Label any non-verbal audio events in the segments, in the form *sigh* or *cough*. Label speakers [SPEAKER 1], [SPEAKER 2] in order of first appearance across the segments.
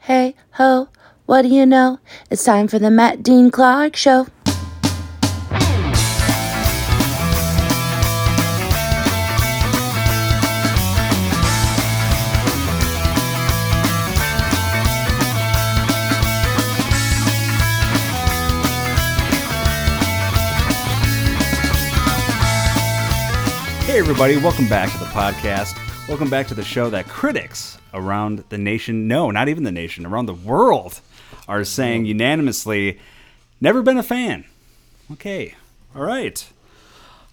[SPEAKER 1] Hey ho, what do you know? It's time for the Matt Dean Clark Show.
[SPEAKER 2] Hey, everybody, welcome back to the podcast. Welcome back to the show that critics around the nation, no, not even the nation, around the world, are saying unanimously, never been a fan. Okay, all right.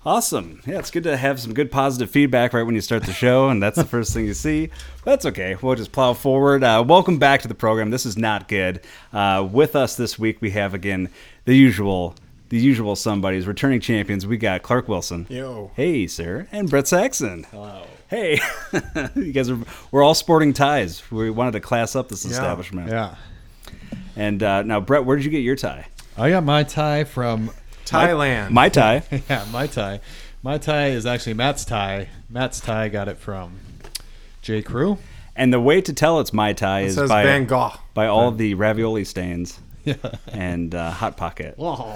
[SPEAKER 2] Awesome. Yeah, it's good to have some good positive feedback right when you start the show, and that's the first thing you see. That's okay. We'll just plow forward. Uh, welcome back to the program. This is not good. Uh, with us this week, we have again the usual, the usual somebody's returning champions. We got Clark Wilson.
[SPEAKER 3] Yo.
[SPEAKER 2] Hey, sir, and Brett Saxon. Hello. Hey, *laughs* you guys are. We're all sporting ties. We wanted to class up this establishment.
[SPEAKER 3] Yeah.
[SPEAKER 2] And uh, now, Brett, where did you get your tie?
[SPEAKER 4] I got my tie from *laughs*
[SPEAKER 3] Thailand.
[SPEAKER 2] My tie.
[SPEAKER 4] yeah, my tie. My tie is actually Matt's tie. Matt's tie got it from J. Crew.
[SPEAKER 2] And the way to tell it's my tie is
[SPEAKER 3] says
[SPEAKER 2] by
[SPEAKER 3] Van *laughs* Gogh.
[SPEAKER 2] by all the ravioli stains and uh, hot pocket. Oh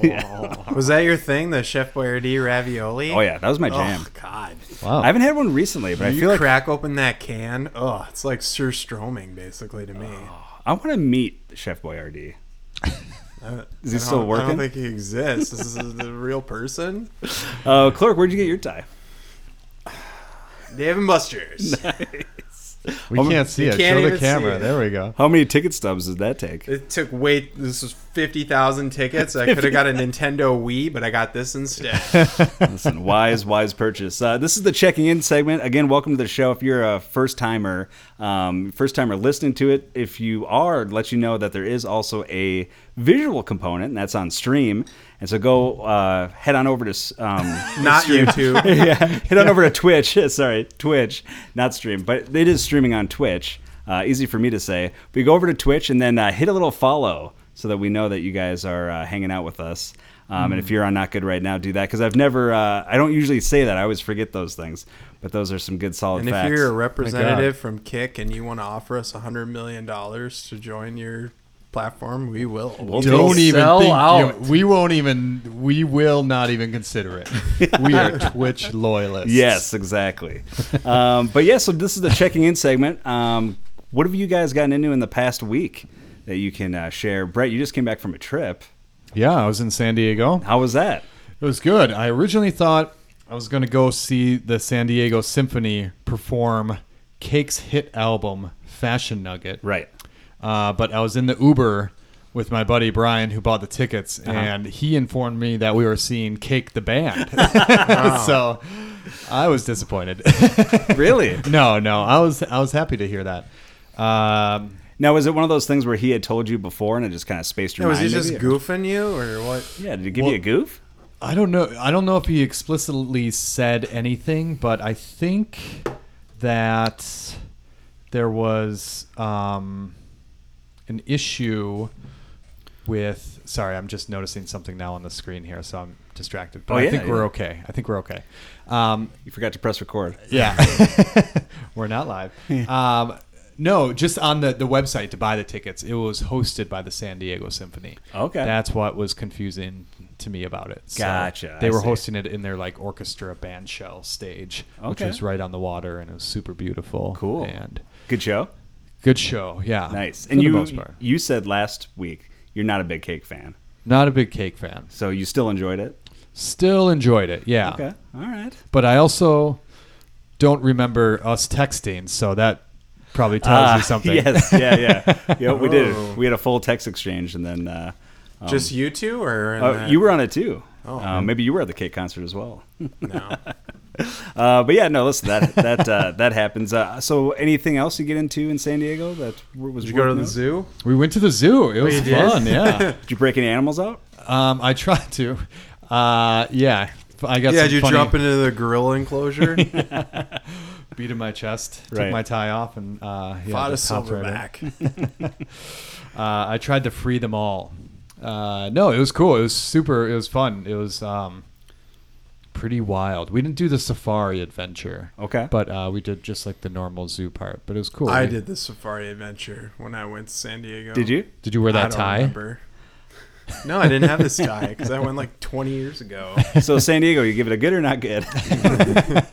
[SPEAKER 3] was that your thing, the Chef Boyardee ravioli?
[SPEAKER 2] Oh, yeah, that was my jam.
[SPEAKER 3] Oh God!
[SPEAKER 4] Wow.
[SPEAKER 2] I haven't had one recently, but I
[SPEAKER 3] you
[SPEAKER 2] feel like
[SPEAKER 3] crack open that can. Oh, it's like Sir Stroming basically to me.
[SPEAKER 2] I want to meet Chef Boyardee. Is he
[SPEAKER 3] I don't-
[SPEAKER 2] still
[SPEAKER 3] I don't
[SPEAKER 2] working?
[SPEAKER 3] think he exists. This is
[SPEAKER 2] *laughs*
[SPEAKER 3] the real person.
[SPEAKER 2] Uh, Clark, where'd you get your tie?
[SPEAKER 3] Dave and Buster's.
[SPEAKER 4] we can't see
[SPEAKER 3] you
[SPEAKER 4] it.
[SPEAKER 3] can't
[SPEAKER 4] Show
[SPEAKER 3] even
[SPEAKER 4] the
[SPEAKER 3] see
[SPEAKER 4] camera.
[SPEAKER 3] it.
[SPEAKER 4] There we go.
[SPEAKER 2] How many ticket stubs did that take?
[SPEAKER 3] It took way. This was fifty thousand tickets. I could have
[SPEAKER 2] *laughs*
[SPEAKER 3] got a Nintendo Wii, but I got this instead.
[SPEAKER 2] Listen, wise, wise purchase. Uh, this is the checking in segment. Again, welcome to the show. If you're a first timer, um, first timer listening to it, if you are, let you know that there is also a visual component, and that's on stream. And so go uh, head on over to s- um, *laughs*
[SPEAKER 3] Not *laughs* YouTube.
[SPEAKER 2] yeah, head on over to Twitch. *laughs* Sorry, Twitch, not stream, but it is streaming on Twitch. Uh, easy for me to say. But you go over to Twitch and then uh, hit a little follow so that we know that you guys are uh, hanging out with us. Um,
[SPEAKER 3] Mm.
[SPEAKER 2] And if you're on Not Good right now, do that because I've never, uh, I don't usually say that. I always forget those things. But those are some good solid
[SPEAKER 3] And
[SPEAKER 2] facts.
[SPEAKER 3] if you're a representative from Kick and you want to offer us hundred million dollars to join your platform, we will.
[SPEAKER 2] We'll
[SPEAKER 4] Don't
[SPEAKER 2] take-
[SPEAKER 4] even
[SPEAKER 5] sell
[SPEAKER 4] think. you-
[SPEAKER 5] out.
[SPEAKER 4] we won't even. We will not even consider it. we are Twitch loyalists.
[SPEAKER 2] Yes,
[SPEAKER 3] *laughs*
[SPEAKER 2] exactly. um, but yeah, so this is the checking in segment. Um, what have you guys gotten into in the past week that you can uh, share? Brett, you just came back from a trip.
[SPEAKER 4] Yeah, I was in San Diego.
[SPEAKER 2] How was that?
[SPEAKER 4] It was good. I originally thought I was going to go see the San Diego Symphony perform Cake's hit album, Fashion Nugget.
[SPEAKER 2] Right.
[SPEAKER 4] Uh, but I was in the Uber with my buddy Brian, who bought the tickets,
[SPEAKER 2] Uh-huh.
[SPEAKER 4] and he informed me that we were seeing Cake
[SPEAKER 2] *laughs*
[SPEAKER 4] the band. *laughs* so I was disappointed.
[SPEAKER 2] Really?
[SPEAKER 4] *laughs* no, no, I was I was happy to hear that. Um,
[SPEAKER 2] Now, is it one of those things where he had told you before and it just kind of spaced your
[SPEAKER 3] Yeah, was
[SPEAKER 2] mind?
[SPEAKER 3] he just
[SPEAKER 2] maybe?
[SPEAKER 3] goofing you or what?
[SPEAKER 2] yeah, did he give
[SPEAKER 4] Well-
[SPEAKER 2] you a goof?
[SPEAKER 4] I don't know. I don't know if he explicitly said anything, but I think that there was um, an issue with. Sorry, I'm just noticing something now on the screen here, so I'm distracted. But
[SPEAKER 2] Oh, yeah,
[SPEAKER 4] I think
[SPEAKER 2] yeah.
[SPEAKER 4] we're okay. I think we're okay. Um,
[SPEAKER 2] You forgot to press record. *laughs*
[SPEAKER 4] yeah, we're not live. Um, no, just on the, the website to buy the tickets. It was hosted by the San Diego Symphony.
[SPEAKER 2] Okay.
[SPEAKER 4] that's what was confusing to me about it. So
[SPEAKER 2] Gotcha,
[SPEAKER 4] They
[SPEAKER 2] I
[SPEAKER 4] were
[SPEAKER 2] see.
[SPEAKER 4] hosting it in their like orchestra band shell stage, which
[SPEAKER 2] Okay.
[SPEAKER 4] was right on the water, and it was super beautiful.
[SPEAKER 2] Cool.
[SPEAKER 4] and
[SPEAKER 2] Good show.
[SPEAKER 4] good show. Yeah,
[SPEAKER 3] Uh,
[SPEAKER 2] Nice.
[SPEAKER 4] For
[SPEAKER 2] and
[SPEAKER 4] the
[SPEAKER 2] you
[SPEAKER 4] most part.
[SPEAKER 2] you said last week you're not a big cake fan,
[SPEAKER 4] not a big cake fan.
[SPEAKER 2] so you still enjoyed it.
[SPEAKER 4] Still enjoyed it. Yeah.
[SPEAKER 2] Okay. All right.
[SPEAKER 4] but I also don't remember us texting, so that probably tells
[SPEAKER 2] Ah,
[SPEAKER 4] you something.
[SPEAKER 2] *laughs* Yes. Yeah.
[SPEAKER 3] *laughs*
[SPEAKER 2] Yeah. yeah. We
[SPEAKER 3] Oh.
[SPEAKER 2] did. We had a full text exchange, and then uh,
[SPEAKER 3] Just you two, or
[SPEAKER 2] oh,
[SPEAKER 3] uh,
[SPEAKER 2] you were on it too.
[SPEAKER 3] Oh.
[SPEAKER 2] Uh, maybe you were at the cake concert as well.
[SPEAKER 3] No.
[SPEAKER 2] *laughs* Uh, but yeah, no. Listen, that that uh, that happens. Uh, so, anything else you get into in San Diego that w- was?
[SPEAKER 3] Did you go to
[SPEAKER 2] worth
[SPEAKER 3] the
[SPEAKER 2] noting?
[SPEAKER 3] zoo?
[SPEAKER 4] We went to the zoo.
[SPEAKER 2] Oh,
[SPEAKER 4] It was
[SPEAKER 3] you did?
[SPEAKER 2] *laughs*
[SPEAKER 4] fun. Yeah.
[SPEAKER 2] Did you break any animals out?
[SPEAKER 4] um, I tried to. Uh, yeah. I got
[SPEAKER 3] yeah,
[SPEAKER 4] some
[SPEAKER 3] did you
[SPEAKER 4] funny
[SPEAKER 3] jump into the
[SPEAKER 2] *laughs*
[SPEAKER 3] gorilla enclosure?
[SPEAKER 4] beat in my chest.
[SPEAKER 2] Right.
[SPEAKER 4] Took my tie off and uh, yeah,
[SPEAKER 3] Fought a
[SPEAKER 4] just hopped right in.
[SPEAKER 3] silverback.
[SPEAKER 4] Uh, I tried to free them all. Uh, no, it was cool. It was super. It was fun. It was um, pretty wild. We didn't do the safari adventure.
[SPEAKER 2] Okay.
[SPEAKER 4] But uh, we did just like the normal zoo part. But it was cool.
[SPEAKER 3] I
[SPEAKER 4] We-
[SPEAKER 3] did the safari adventure when I went to San Diego.
[SPEAKER 2] Did
[SPEAKER 3] *laughs*
[SPEAKER 2] you?
[SPEAKER 4] Did you wear
[SPEAKER 3] I
[SPEAKER 4] that
[SPEAKER 3] don't
[SPEAKER 4] tie?
[SPEAKER 3] remember. No, I didn't have this tie because I went like 20 years
[SPEAKER 2] *laughs*
[SPEAKER 3] ago.
[SPEAKER 2] So San Diego, you give it a good or not good? *laughs*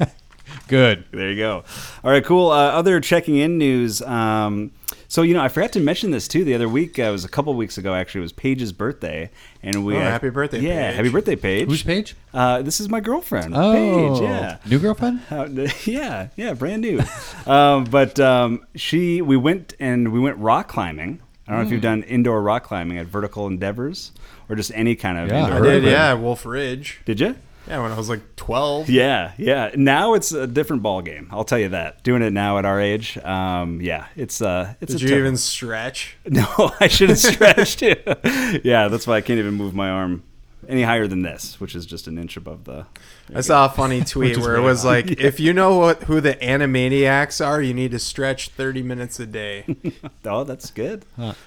[SPEAKER 4] Good.
[SPEAKER 2] There you go. All right, cool. Uh, other checking in news. Um, so you know, I forgot to mention this too. The other week, uh, it was a couple weeks ago. Actually, it was Paige's birthday, and we
[SPEAKER 3] Oh, happy birthday,
[SPEAKER 2] Yeah,
[SPEAKER 3] Paige.
[SPEAKER 2] happy birthday, Paige.
[SPEAKER 4] Who's Paige?
[SPEAKER 2] Uh, this is my girlfriend,
[SPEAKER 4] Oh,
[SPEAKER 2] Paige. Yeah.
[SPEAKER 4] new girlfriend.
[SPEAKER 2] How- *laughs* yeah, yeah, brand new. um, but um, she, we went and we went rock climbing. I don't know if
[SPEAKER 3] Hmm.
[SPEAKER 2] you've done indoor rock climbing at Vertical Endeavors or just any kind of
[SPEAKER 4] Yeah,
[SPEAKER 2] indoor.
[SPEAKER 4] I
[SPEAKER 3] I
[SPEAKER 2] rock
[SPEAKER 3] did,
[SPEAKER 2] climbing.
[SPEAKER 3] yeah, Wolf Ridge.
[SPEAKER 2] Did you?
[SPEAKER 3] Yeah, when I was like 12.
[SPEAKER 2] Yeah, yeah. Now it's a different ball game. I'll tell you that. Doing it now at our age, um, yeah, it's uh, it's.
[SPEAKER 3] Did
[SPEAKER 2] a
[SPEAKER 3] you
[SPEAKER 2] tough- *laughs*
[SPEAKER 3] even stretch?
[SPEAKER 2] No, I
[SPEAKER 3] *laughs*
[SPEAKER 2] should have stretched it. yeah, that's why I can't even move my arm any higher than this, which is just an inch above the. *laughs*
[SPEAKER 3] I saw a funny tweet
[SPEAKER 4] is
[SPEAKER 3] where it
[SPEAKER 4] way
[SPEAKER 3] was like, if you know what who the Animaniacs are, you need to stretch 30 minutes a day.
[SPEAKER 2] *laughs* Oh, that's good.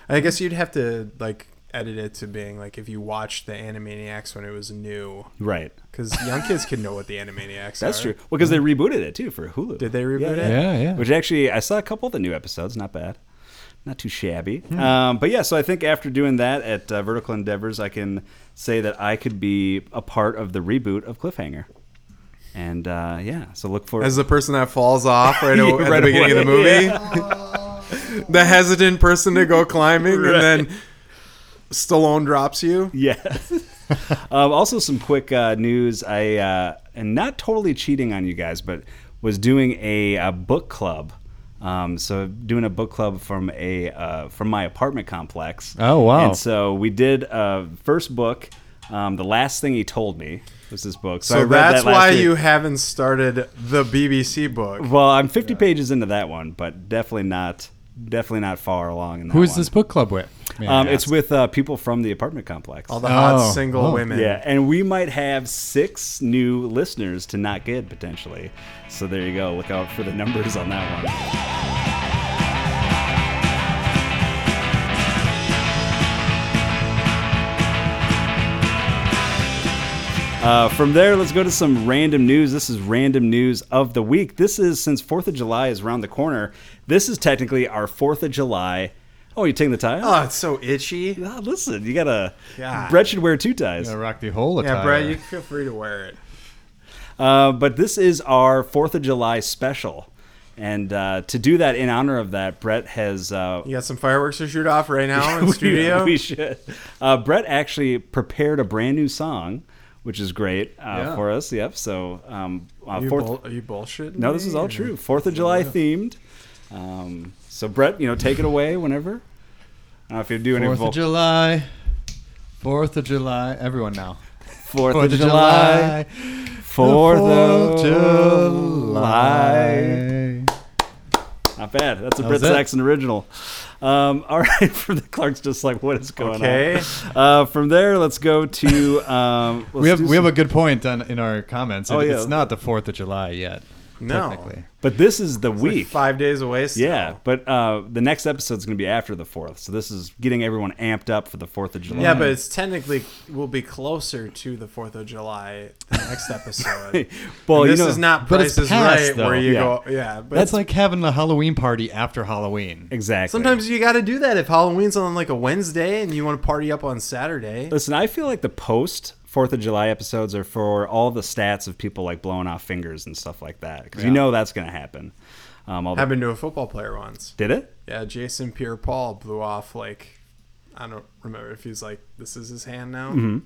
[SPEAKER 3] I guess you'd have to like edit it to being like if you watched the Animaniacs when it was new,
[SPEAKER 2] Right.
[SPEAKER 3] because young kids could know what the Animaniacs are.
[SPEAKER 2] That's true. Well, because they rebooted it too for Hulu.
[SPEAKER 3] Mm-hmm. Did they reboot
[SPEAKER 2] Yeah,
[SPEAKER 3] it?
[SPEAKER 2] yeah.
[SPEAKER 4] Yeah, yeah.
[SPEAKER 2] Which actually, I saw a couple of the new episodes. Not bad. Not too shabby.
[SPEAKER 4] Hmm.
[SPEAKER 2] Um, but yeah, so I think after doing that at uh, Vertical Endeavors, I can say that I could be a part of the reboot of Cliffhanger. And uh, yeah, so look for
[SPEAKER 3] As the person that falls
[SPEAKER 2] *laughs*
[SPEAKER 3] off right,
[SPEAKER 2] Yeah,
[SPEAKER 3] o- at
[SPEAKER 2] right
[SPEAKER 3] the beginning of the
[SPEAKER 2] away,
[SPEAKER 3] movie, *laughs* the hesitant person to go climbing,
[SPEAKER 2] Right.
[SPEAKER 3] and then Stallone drops you.
[SPEAKER 2] Yeah. *laughs* um, also, some quick uh, news. I uh, am not totally cheating on you guys, but was doing a, uh book club. Um, so doing a book club from a uh, from my apartment complex.
[SPEAKER 4] Oh, wow.
[SPEAKER 2] And so we did uh, first book. Um, the last thing he told me was this book. So, I
[SPEAKER 3] So
[SPEAKER 2] read that
[SPEAKER 3] that's
[SPEAKER 2] last
[SPEAKER 3] why
[SPEAKER 2] week.
[SPEAKER 3] you haven't started the BBC book.
[SPEAKER 2] Well, I'm 50 pages into that one, but definitely not definitely not far along in that
[SPEAKER 4] Who is
[SPEAKER 2] one.
[SPEAKER 4] this book club with? May I
[SPEAKER 2] Um, it's
[SPEAKER 4] ask?
[SPEAKER 2] with uh, people from the apartment complex.
[SPEAKER 3] All the hot
[SPEAKER 4] Oh,
[SPEAKER 3] single
[SPEAKER 4] oh.
[SPEAKER 3] women. *laughs*
[SPEAKER 2] Yeah, and we might have six new listeners to not get potentially. So there you go. Look out for the numbers on that one. Uh, from there, let's go to some random news. This is random news of the week. This is since Fourth of July is around the corner. This is technically our Fourth of July. Oh, you taking the tie? off?
[SPEAKER 3] Oh, it's so itchy.
[SPEAKER 2] Ah, listen, you gotta.
[SPEAKER 3] God.
[SPEAKER 2] Brett should wear two ties.
[SPEAKER 4] Gonna rock the whole
[SPEAKER 3] Yeah,
[SPEAKER 4] attire.
[SPEAKER 3] Brad, you feel free to wear it.
[SPEAKER 2] Uh, but this is our Fourth of July special, and uh, to do that in honor of that, Brett has. Uh, *laughs*
[SPEAKER 3] You got some fireworks to shoot off right now in the
[SPEAKER 2] we-
[SPEAKER 3] studio.
[SPEAKER 2] We should. Uh, Brett actually prepared a brand new song, which is great uh,
[SPEAKER 3] Yeah.
[SPEAKER 2] for us. Yep. So um, uh,
[SPEAKER 3] you
[SPEAKER 2] Fourth.
[SPEAKER 3] bull- are you bullshitting?
[SPEAKER 2] no, this
[SPEAKER 3] me,
[SPEAKER 2] is all
[SPEAKER 3] or-
[SPEAKER 2] true. Fourth of July themed. Um, so Brett, you know, take it away whenever. I don't know if you do any
[SPEAKER 4] Fourth
[SPEAKER 2] vo-
[SPEAKER 4] of July. Fourth of July. Everyone now.
[SPEAKER 2] Fourth of July. Fourth of July. Not bad. That's a
[SPEAKER 4] That
[SPEAKER 2] Brit
[SPEAKER 4] was it.
[SPEAKER 2] Saxon original. Um, *laughs* all right, from the Clark's just like, what is going
[SPEAKER 3] Okay.
[SPEAKER 2] on? Uh, from there, let's go to.
[SPEAKER 3] *laughs*
[SPEAKER 2] Um, let's
[SPEAKER 4] We have
[SPEAKER 2] do
[SPEAKER 4] we have
[SPEAKER 2] some-
[SPEAKER 4] a good point on, in our comments.
[SPEAKER 2] Oh,
[SPEAKER 4] It-
[SPEAKER 2] yeah.
[SPEAKER 4] It's not the Fourth of July yet.
[SPEAKER 3] No.
[SPEAKER 4] Technically.
[SPEAKER 2] but this is the
[SPEAKER 3] Like
[SPEAKER 2] week.
[SPEAKER 3] five days away. Still.
[SPEAKER 2] yeah, but uh, the next episode is going to be after the fourth, so this is getting everyone amped up for the Fourth of July.
[SPEAKER 3] Yeah, but it's technically will be closer to the Fourth of July the next episode.
[SPEAKER 2] *laughs* Well,
[SPEAKER 3] And
[SPEAKER 2] you
[SPEAKER 3] this
[SPEAKER 2] know-
[SPEAKER 3] is not
[SPEAKER 4] but
[SPEAKER 3] Price
[SPEAKER 4] it's
[SPEAKER 3] is
[SPEAKER 4] past,
[SPEAKER 3] Right
[SPEAKER 4] though.
[SPEAKER 3] where you
[SPEAKER 2] Yeah.
[SPEAKER 3] go. Yeah, but
[SPEAKER 4] That's like having a Halloween party after Halloween.
[SPEAKER 2] exactly.
[SPEAKER 3] sometimes you got to do that if Halloween's on like a Wednesday and you want to party up on Saturday.
[SPEAKER 2] Listen, I feel like the post Fourth of July episodes are for all the stats of people like blowing off fingers and stuff like that because you
[SPEAKER 3] Yeah.
[SPEAKER 2] know that's going to happen. Um, all the-
[SPEAKER 3] Happened to a football player once.
[SPEAKER 2] did it?
[SPEAKER 3] Yeah, Jason Pierre Paul blew off like I don't remember if he's like this is his hand now.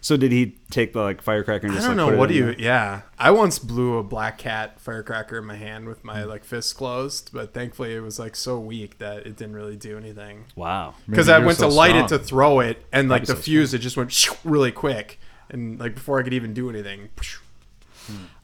[SPEAKER 2] So did he take the like firecracker and
[SPEAKER 3] I
[SPEAKER 2] just
[SPEAKER 3] don't
[SPEAKER 2] like, put
[SPEAKER 3] know
[SPEAKER 2] it
[SPEAKER 3] what do
[SPEAKER 2] in
[SPEAKER 3] you
[SPEAKER 2] there?
[SPEAKER 3] yeah. I once blew a black cat firecracker in my hand with my like fist closed, but thankfully it was like so weak that it didn't really do anything.
[SPEAKER 2] Wow.
[SPEAKER 3] Because
[SPEAKER 4] Maybe
[SPEAKER 3] I
[SPEAKER 4] you're
[SPEAKER 3] went
[SPEAKER 4] so
[SPEAKER 3] to light it to
[SPEAKER 4] strong.
[SPEAKER 3] throw it and like
[SPEAKER 2] That'd be
[SPEAKER 3] the
[SPEAKER 2] so
[SPEAKER 3] fuse it just went *laughs* shoo really quick and like before I could even do anything. *laughs* psh,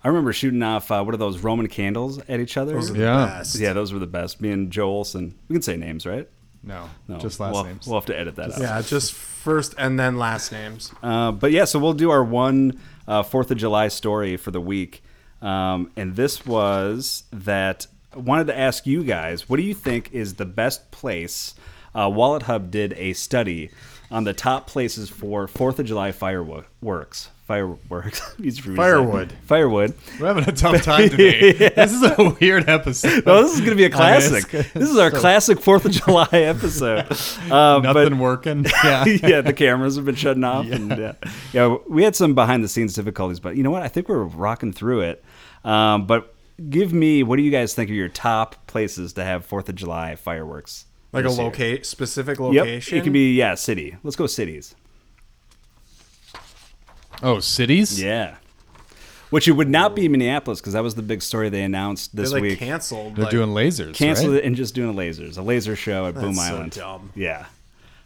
[SPEAKER 2] I remember shooting off uh, what are those Roman candles at each other?
[SPEAKER 3] Those are the
[SPEAKER 4] Yeah.
[SPEAKER 3] best.
[SPEAKER 2] yeah, those were the best. Me and Joe Olson. We can say names, right?
[SPEAKER 4] No, just last
[SPEAKER 2] we'll,
[SPEAKER 4] names.
[SPEAKER 2] We'll have to edit that out.
[SPEAKER 3] Yeah, just first and then last names.
[SPEAKER 2] Uh, but yeah, so we'll do our one uh, Fourth of July story for the week, um, and this was that I wanted to ask you guys, what do you think is the best place? Uh, Wallet Hub did a study on the top places for Fourth of July fireworks Fireworks. *laughs* He's recycling.
[SPEAKER 5] Firewood.
[SPEAKER 2] Firewood.
[SPEAKER 4] We're having a tough
[SPEAKER 2] *laughs*
[SPEAKER 4] time today. This is a weird episode.
[SPEAKER 2] No, this is going to be a classic.
[SPEAKER 4] Honest.
[SPEAKER 2] This is our classic Fourth of July *laughs* episode. Um, but- *laughs*
[SPEAKER 4] Nothing working. Yeah.
[SPEAKER 2] yeah, the cameras have been shutting off, and yeah, yeah, we had some behind the scenes difficulties, but you know what? I think we're rocking through it. Um, but give me, what do you guys think are your top places to have Fourth of July fireworks?
[SPEAKER 3] Like a
[SPEAKER 2] this year?
[SPEAKER 3] locate specific
[SPEAKER 2] Yep,
[SPEAKER 3] location.
[SPEAKER 2] it can be yeah, city. Let's go cities.
[SPEAKER 4] Oh, cities.
[SPEAKER 2] Yeah, which it would not be Minneapolis because that was the big story they announced
[SPEAKER 3] they
[SPEAKER 2] this
[SPEAKER 3] like
[SPEAKER 2] week.
[SPEAKER 3] canceled.
[SPEAKER 4] They're
[SPEAKER 3] like,
[SPEAKER 4] doing lasers.
[SPEAKER 2] Canceled
[SPEAKER 4] right?
[SPEAKER 2] it and just doing lasers, a laser show at Boom
[SPEAKER 3] That's so
[SPEAKER 2] Island.
[SPEAKER 3] dumb.
[SPEAKER 2] Yeah,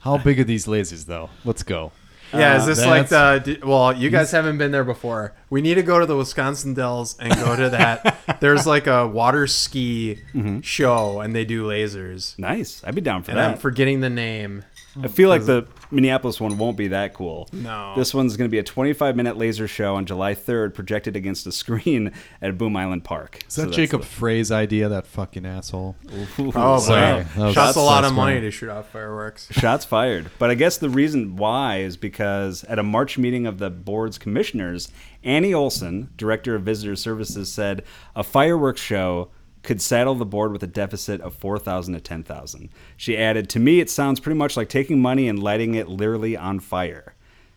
[SPEAKER 4] How big are these lasers, though? Let's go.
[SPEAKER 3] Yeah, is this like the?
[SPEAKER 4] Uh, that's-
[SPEAKER 3] d- Well, you guys haven't been there before. We need to go to the Wisconsin Dells and go to
[SPEAKER 4] *laughs*
[SPEAKER 3] that. There's like a water ski
[SPEAKER 4] Mm-hmm.
[SPEAKER 3] show, and they do lasers.
[SPEAKER 2] nice. I'd be down for
[SPEAKER 3] And
[SPEAKER 2] that.
[SPEAKER 3] I'm forgetting the name.
[SPEAKER 2] I feel like the Minneapolis one won't be that cool.
[SPEAKER 3] No.
[SPEAKER 2] This one's going to be a 25 minute laser show on July 3rd, projected against a screen *laughs* at Boom Island Park.
[SPEAKER 4] Is that Jacob Frey's idea? That fucking asshole.
[SPEAKER 3] Oh,
[SPEAKER 4] Sorry. That
[SPEAKER 3] boy.
[SPEAKER 4] was-
[SPEAKER 3] Shots a lot
[SPEAKER 4] that's
[SPEAKER 3] of money
[SPEAKER 4] funny.
[SPEAKER 3] to shoot off fireworks.
[SPEAKER 2] Shots fired. But I guess the reason why is because at a March meeting of the board's commissioners, Annie Olson, director of visitor services, said a fireworks show could saddle the board with a deficit of 4,000 to 10,000. She added, "To me it sounds pretty much like taking money and lighting it literally on fire."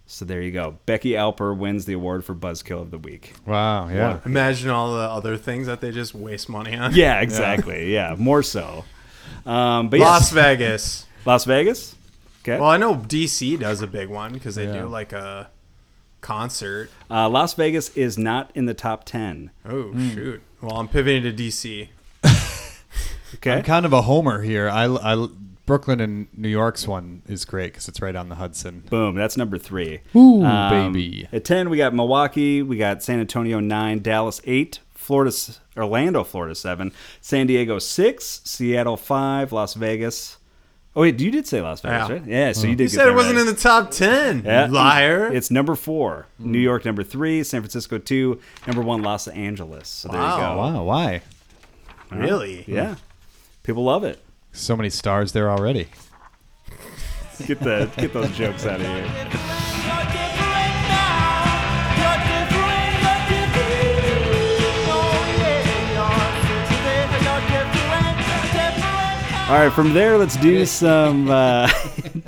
[SPEAKER 2] So there you go. Becky Alper wins the award for Buzzkill of the Week.
[SPEAKER 4] Wow. Yeah.
[SPEAKER 3] Imagine all the other things that they just waste money on.
[SPEAKER 2] Yeah, exactly. Yeah, more so. Um, but
[SPEAKER 3] Las
[SPEAKER 2] yes,
[SPEAKER 3] Vegas.
[SPEAKER 2] Las Vegas. Okay.
[SPEAKER 3] Well, I know DC does a big one because they
[SPEAKER 4] Yeah.
[SPEAKER 3] do like a concert.
[SPEAKER 2] Uh, Las Vegas is not in the top ten.
[SPEAKER 3] Oh
[SPEAKER 4] Mm.
[SPEAKER 3] shoot! Well, I'm pivoting to DC.
[SPEAKER 2] Okay.
[SPEAKER 4] I'm kind of a homer here. I, I- Brooklyn and New York's one is great because it's right on the Hudson.
[SPEAKER 2] Boom. That's number three. Um,
[SPEAKER 4] Ooh, baby.
[SPEAKER 2] At ten, we got Milwaukee. We got San Antonio nine. Dallas eight. Florida, s- Orlando, Florida seven. San Diego six. Seattle five. Las Vegas. Oh wait, you did say Las Vegas,
[SPEAKER 3] Yeah. Mm-hmm.
[SPEAKER 2] right? Yeah. So you did.
[SPEAKER 3] You said it wasn't in the top ten.
[SPEAKER 2] Yeah. Mm-hmm.
[SPEAKER 3] Liar. Mm-hmm.
[SPEAKER 2] It's number four. New York number three. San Francisco two. Number one, Los Angeles. So there you
[SPEAKER 3] Wow.
[SPEAKER 2] go.
[SPEAKER 4] Oh, Wow. Why?
[SPEAKER 3] really.
[SPEAKER 2] Yeah. People love it.
[SPEAKER 4] So many stars there already.
[SPEAKER 2] Get the get those jokes out of here. All right, from there let's do some uh,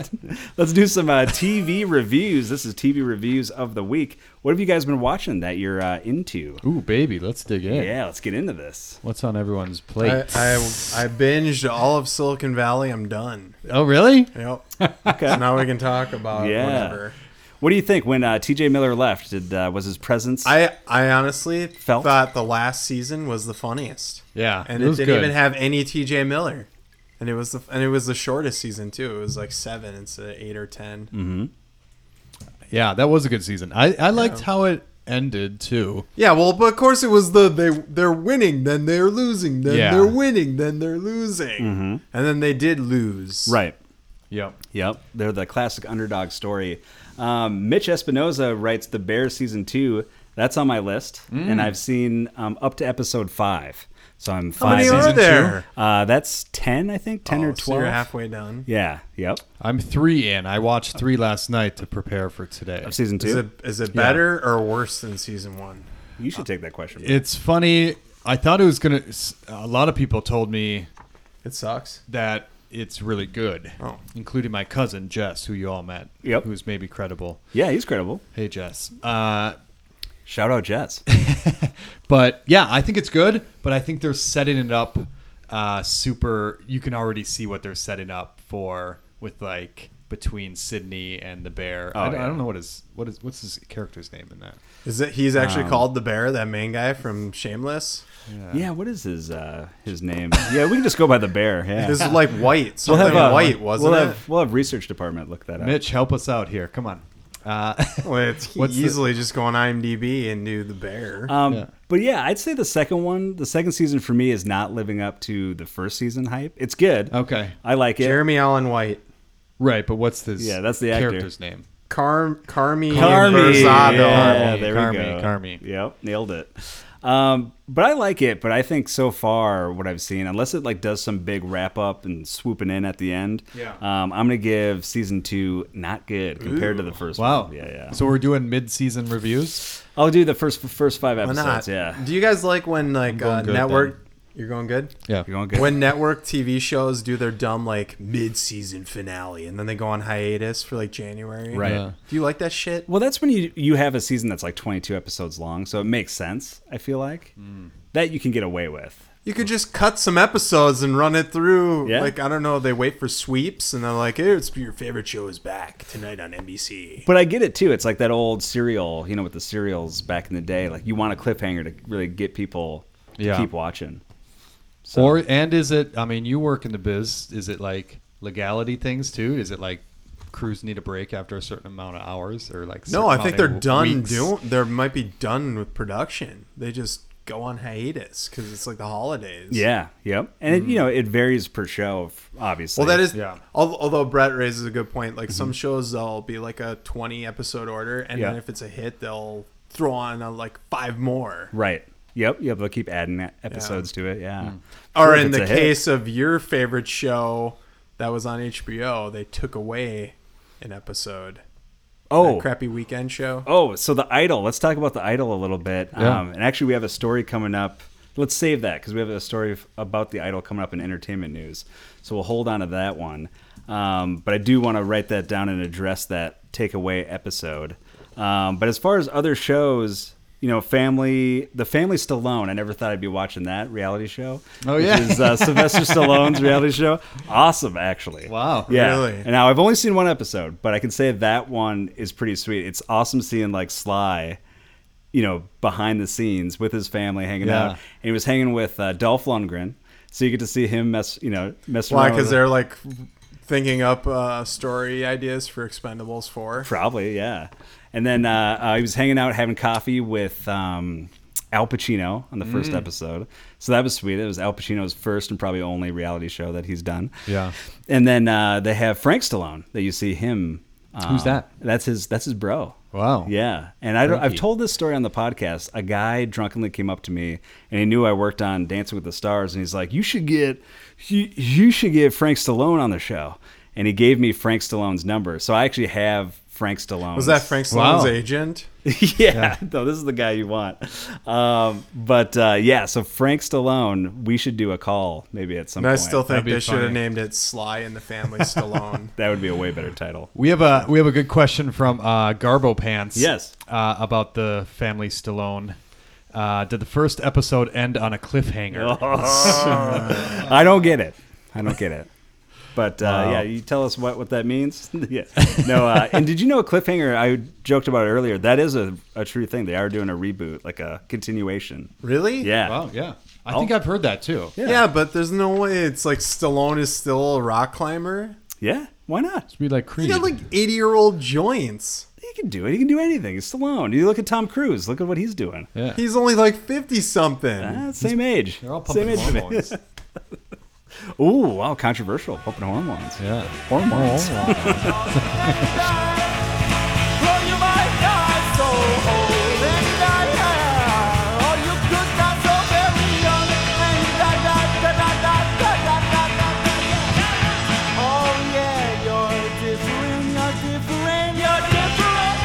[SPEAKER 2] *laughs* let's do some uh, TV reviews. This is TV reviews of the week. What have you guys been watching that you're uh, into?
[SPEAKER 4] Ooh, baby. Let's dig in.
[SPEAKER 2] Yeah, let's get into this.
[SPEAKER 4] What's on everyone's plate?
[SPEAKER 3] I, I I binged all of Silicon Valley. I'm done.
[SPEAKER 4] oh, really?
[SPEAKER 3] Yep. okay. So now we can talk about
[SPEAKER 2] Yeah.
[SPEAKER 3] whatever.
[SPEAKER 2] What do you think when uh, T.J. Miller left? Did uh, was his presence?
[SPEAKER 3] I I honestly
[SPEAKER 2] Felt?
[SPEAKER 3] thought the last season was the funniest.
[SPEAKER 4] Yeah,
[SPEAKER 3] And
[SPEAKER 4] it
[SPEAKER 3] it,
[SPEAKER 4] was
[SPEAKER 3] didn't
[SPEAKER 4] good.
[SPEAKER 3] even have any T.J. Miller. And it was the and it was the shortest season too. It was like seven instead of eight or 10
[SPEAKER 4] Yeah, that was a good season. I, I liked how it ended too.
[SPEAKER 3] Yeah, well, but of course it was the they they're winning, then they're losing, then
[SPEAKER 4] Yeah.
[SPEAKER 3] they're winning, then they're losing, and then they did lose.
[SPEAKER 2] right.
[SPEAKER 4] Yep.
[SPEAKER 2] Yep, they're the classic underdog story. Um, Mitch Espinoza writes the Bears season two. That's on my list,
[SPEAKER 3] Mm.
[SPEAKER 2] and I've seen um, up to episode five. So I'm
[SPEAKER 3] How
[SPEAKER 2] five.
[SPEAKER 3] many are
[SPEAKER 2] season
[SPEAKER 3] there?
[SPEAKER 2] two. Uh, that's ten, I think, ten
[SPEAKER 3] Oh,
[SPEAKER 2] or
[SPEAKER 3] so you're
[SPEAKER 2] twelve.
[SPEAKER 3] halfway done.
[SPEAKER 2] yeah. Yep.
[SPEAKER 4] I'm three in. I watched three last night to prepare for today.
[SPEAKER 2] Of season
[SPEAKER 3] Is
[SPEAKER 2] two.
[SPEAKER 3] it is it better or worse than season one?
[SPEAKER 2] you should take that question.
[SPEAKER 4] It's funny. I thought it was gonna. s- A lot of people told me
[SPEAKER 3] It sucks.
[SPEAKER 4] that it's really good,
[SPEAKER 3] Oh.
[SPEAKER 4] including my cousin Jess, who you all met.
[SPEAKER 2] Yep.
[SPEAKER 4] Who's maybe credible.
[SPEAKER 2] yeah, he's credible.
[SPEAKER 4] Hey, Jess. Uh,
[SPEAKER 2] Shout out Jess.
[SPEAKER 4] but yeah, I think it's good. But I think they're setting it up uh, super. You can already see what they're setting up for with like between Sydney and the bear. I, don't- I
[SPEAKER 2] Oh, yeah.
[SPEAKER 4] don't know what is what is what's his character's name in that.
[SPEAKER 3] Is it he's actually called the bear, that main guy from Shameless?
[SPEAKER 2] Um, yeah. What is his uh, his name? Yeah, we can just go by the bear. Yeah.
[SPEAKER 3] This is like white,
[SPEAKER 2] We'll
[SPEAKER 3] something
[SPEAKER 2] uh,
[SPEAKER 3] white, wasn't
[SPEAKER 2] we'll
[SPEAKER 3] it?
[SPEAKER 2] Have, we'll have research department look that up.
[SPEAKER 4] Mitch, help us out here. Come on. Uh, *laughs*
[SPEAKER 3] Well, it's
[SPEAKER 4] What's the-
[SPEAKER 3] easily just go on IMDb and do the bear.
[SPEAKER 2] Um,
[SPEAKER 4] Yeah.
[SPEAKER 2] But yeah, I'd say the second one, the second season for me is not living up to the first season hype. It's good.
[SPEAKER 4] okay.
[SPEAKER 2] I like it.
[SPEAKER 3] Jeremy Allen White,
[SPEAKER 4] Right, but what's this?
[SPEAKER 2] Yeah, that's the actor.
[SPEAKER 4] character's name.
[SPEAKER 3] Carm, Carmi,
[SPEAKER 2] Carmi.
[SPEAKER 3] Verzado.
[SPEAKER 2] Yeah,
[SPEAKER 4] Carmi,
[SPEAKER 2] there we
[SPEAKER 4] Oh, Carmi,
[SPEAKER 2] go.
[SPEAKER 4] Carmi.
[SPEAKER 2] Yep, nailed it. Um, but I like it. But I think so far what I've seen, unless it like does some big wrap up and swooping in at the end,
[SPEAKER 3] Yeah.
[SPEAKER 2] Um, I'm gonna give season two not good compared to the first.
[SPEAKER 4] Wow.
[SPEAKER 2] one. yeah, yeah.
[SPEAKER 4] So we're doing mid-season reviews.
[SPEAKER 2] I'll do the first first five
[SPEAKER 3] Why
[SPEAKER 2] episodes.
[SPEAKER 3] not?
[SPEAKER 2] Yeah,
[SPEAKER 3] Do you guys like when like
[SPEAKER 4] going
[SPEAKER 3] uh,
[SPEAKER 4] good,
[SPEAKER 3] network? You're going good.
[SPEAKER 4] Yeah.
[SPEAKER 2] you want good?
[SPEAKER 3] When network TV shows do their dumb like mid-season finale and then they go on hiatus for like January.
[SPEAKER 2] right.
[SPEAKER 4] Yeah.
[SPEAKER 3] Do you like that shit?
[SPEAKER 2] Well, that's when you you have a season that's like 22 episodes long, so it makes sense. I feel like
[SPEAKER 4] Mm.
[SPEAKER 2] that you can get away with.
[SPEAKER 3] You could just cut some episodes and run it through.
[SPEAKER 2] Yeah.
[SPEAKER 3] Like I don't know, they wait for sweeps and they're like, "Hey, it's your favorite show is back tonight on NBC."
[SPEAKER 2] But I get it too. It's like that old serial, you know, with the serials back in the day. Like you want a cliffhanger to really get people to
[SPEAKER 4] Yeah.
[SPEAKER 2] keep watching.
[SPEAKER 4] Or and is it? I mean, you work in the biz. Is it like legality things too? Is it like crews need a break after a certain amount of hours or like? certain
[SPEAKER 3] No, I
[SPEAKER 4] amount
[SPEAKER 3] think
[SPEAKER 4] of
[SPEAKER 3] they're
[SPEAKER 4] w-
[SPEAKER 3] done
[SPEAKER 4] weeks?
[SPEAKER 3] doing. They might be done with production. They just go on hiatus because it's like the holidays.
[SPEAKER 2] Yeah. Yep. And it, you know, it varies per show, f- obviously.
[SPEAKER 3] Well, that is.
[SPEAKER 4] Yeah.
[SPEAKER 3] al- Although Brett raises a good point, like some shows they'll be like a twenty episode order, and
[SPEAKER 2] Mm-hmm. Yeah.
[SPEAKER 3] then if it's a hit, they'll throw on uh, like five more.
[SPEAKER 2] right. Yep. Yep. They'll keep adding e- episodes to it. Yeah.
[SPEAKER 3] Or
[SPEAKER 2] Sure, if
[SPEAKER 3] in
[SPEAKER 2] it's
[SPEAKER 3] the
[SPEAKER 2] a hit.
[SPEAKER 3] case of your favorite show that was on HBO, they took away an episode.
[SPEAKER 2] oh,
[SPEAKER 3] That crappy weekend show.
[SPEAKER 2] Oh, so the idol. Let's talk about the idol a little bit.
[SPEAKER 4] Yeah.
[SPEAKER 2] Um, and actually, we have a story coming up. Let's save that because we have a story f- about the idol coming up in entertainment news. So we'll hold on to that one. Um, but I do want to write that down and address that takeaway episode. Um, but as far as other shows, you know, family, the family Stallone. I never thought I'd be watching that reality show.
[SPEAKER 4] Oh,
[SPEAKER 2] which
[SPEAKER 4] yeah.
[SPEAKER 2] is, uh,
[SPEAKER 4] *laughs*
[SPEAKER 2] Sylvester Stallone's reality show. Awesome, actually.
[SPEAKER 4] Wow.
[SPEAKER 2] Yeah.
[SPEAKER 3] Really?
[SPEAKER 2] And now I've only seen one episode, but I can say that one is pretty sweet. It's awesome seeing like Sly, you know, behind the scenes with his family hanging
[SPEAKER 4] Yeah.
[SPEAKER 2] out, and he was hanging with uh, Dolph Lundgren, so you get to see him mess, you know, mess
[SPEAKER 3] Why?
[SPEAKER 2] around.
[SPEAKER 3] Because
[SPEAKER 2] with-
[SPEAKER 3] they're like thinking up uh, story ideas for Expendables Four.
[SPEAKER 2] probably yeah. And then uh, uh, he was hanging out having coffee with. Um, Al Pacino on the first
[SPEAKER 4] Mm.
[SPEAKER 2] episode, so that was sweet. It was Al Pacino's first and probably only reality show that he's done.
[SPEAKER 4] Yeah.
[SPEAKER 2] and then uh, they have Frank Stallone that you see him. Uh,
[SPEAKER 4] Who's that?
[SPEAKER 2] That's his. That's his bro.
[SPEAKER 4] Wow.
[SPEAKER 2] Yeah, and I don't, I've
[SPEAKER 4] Frankie.
[SPEAKER 2] told this story on the podcast. A guy drunkenly came up to me, and he knew I worked on Dancing with the Stars, and he's like, "You should get, you, you should get Frank Stallone on the show." And he gave me Frank Stallone's number, so I actually have Frank Stallone.
[SPEAKER 3] Was that
[SPEAKER 2] *laughs*
[SPEAKER 3] Frank Stallone's
[SPEAKER 4] Wow.
[SPEAKER 3] agent?
[SPEAKER 2] yeah, *laughs* no, this is the guy you want. Um, but uh, yeah, so Frank Stallone, we should do a call maybe at some.
[SPEAKER 3] And I
[SPEAKER 2] point.
[SPEAKER 3] still think
[SPEAKER 4] be
[SPEAKER 3] they should have
[SPEAKER 4] funny.
[SPEAKER 3] named it Sly and the Family Stallone.
[SPEAKER 2] that would be a way better title.
[SPEAKER 4] We have a we have a good question from uh, Garbo Pants.
[SPEAKER 2] Yes.
[SPEAKER 4] Uh, about the family Stallone. Uh, did the first episode end on a cliffhanger?
[SPEAKER 2] *laughs* I don't get it. I don't get it. But uh, yeah, you tell us what, what that means. *laughs* yeah. No. Uh, and did you know a cliffhanger? I joked about it earlier. That is a, a true thing. They are doing a reboot, like a continuation.
[SPEAKER 3] really?
[SPEAKER 2] Yeah.
[SPEAKER 4] Wow. Yeah. Oh. I think I've heard that too.
[SPEAKER 3] yeah. but there's no way it's like Stallone is still a rock climber.
[SPEAKER 2] Yeah. Why not?
[SPEAKER 4] Be like Creed.
[SPEAKER 3] He got like 80 year old joints.
[SPEAKER 2] He can do it. He can do anything. He's Stallone. You look at Tom Cruise. Look at what he's doing.
[SPEAKER 4] yeah.
[SPEAKER 3] He's only like 50 something.
[SPEAKER 2] Ah, same age.
[SPEAKER 4] They're all
[SPEAKER 2] same
[SPEAKER 4] pumping
[SPEAKER 2] age. to me.
[SPEAKER 4] hormones.
[SPEAKER 2] Ooh, wow, controversial. Pumping hormones.
[SPEAKER 4] Yeah.
[SPEAKER 2] Hormones.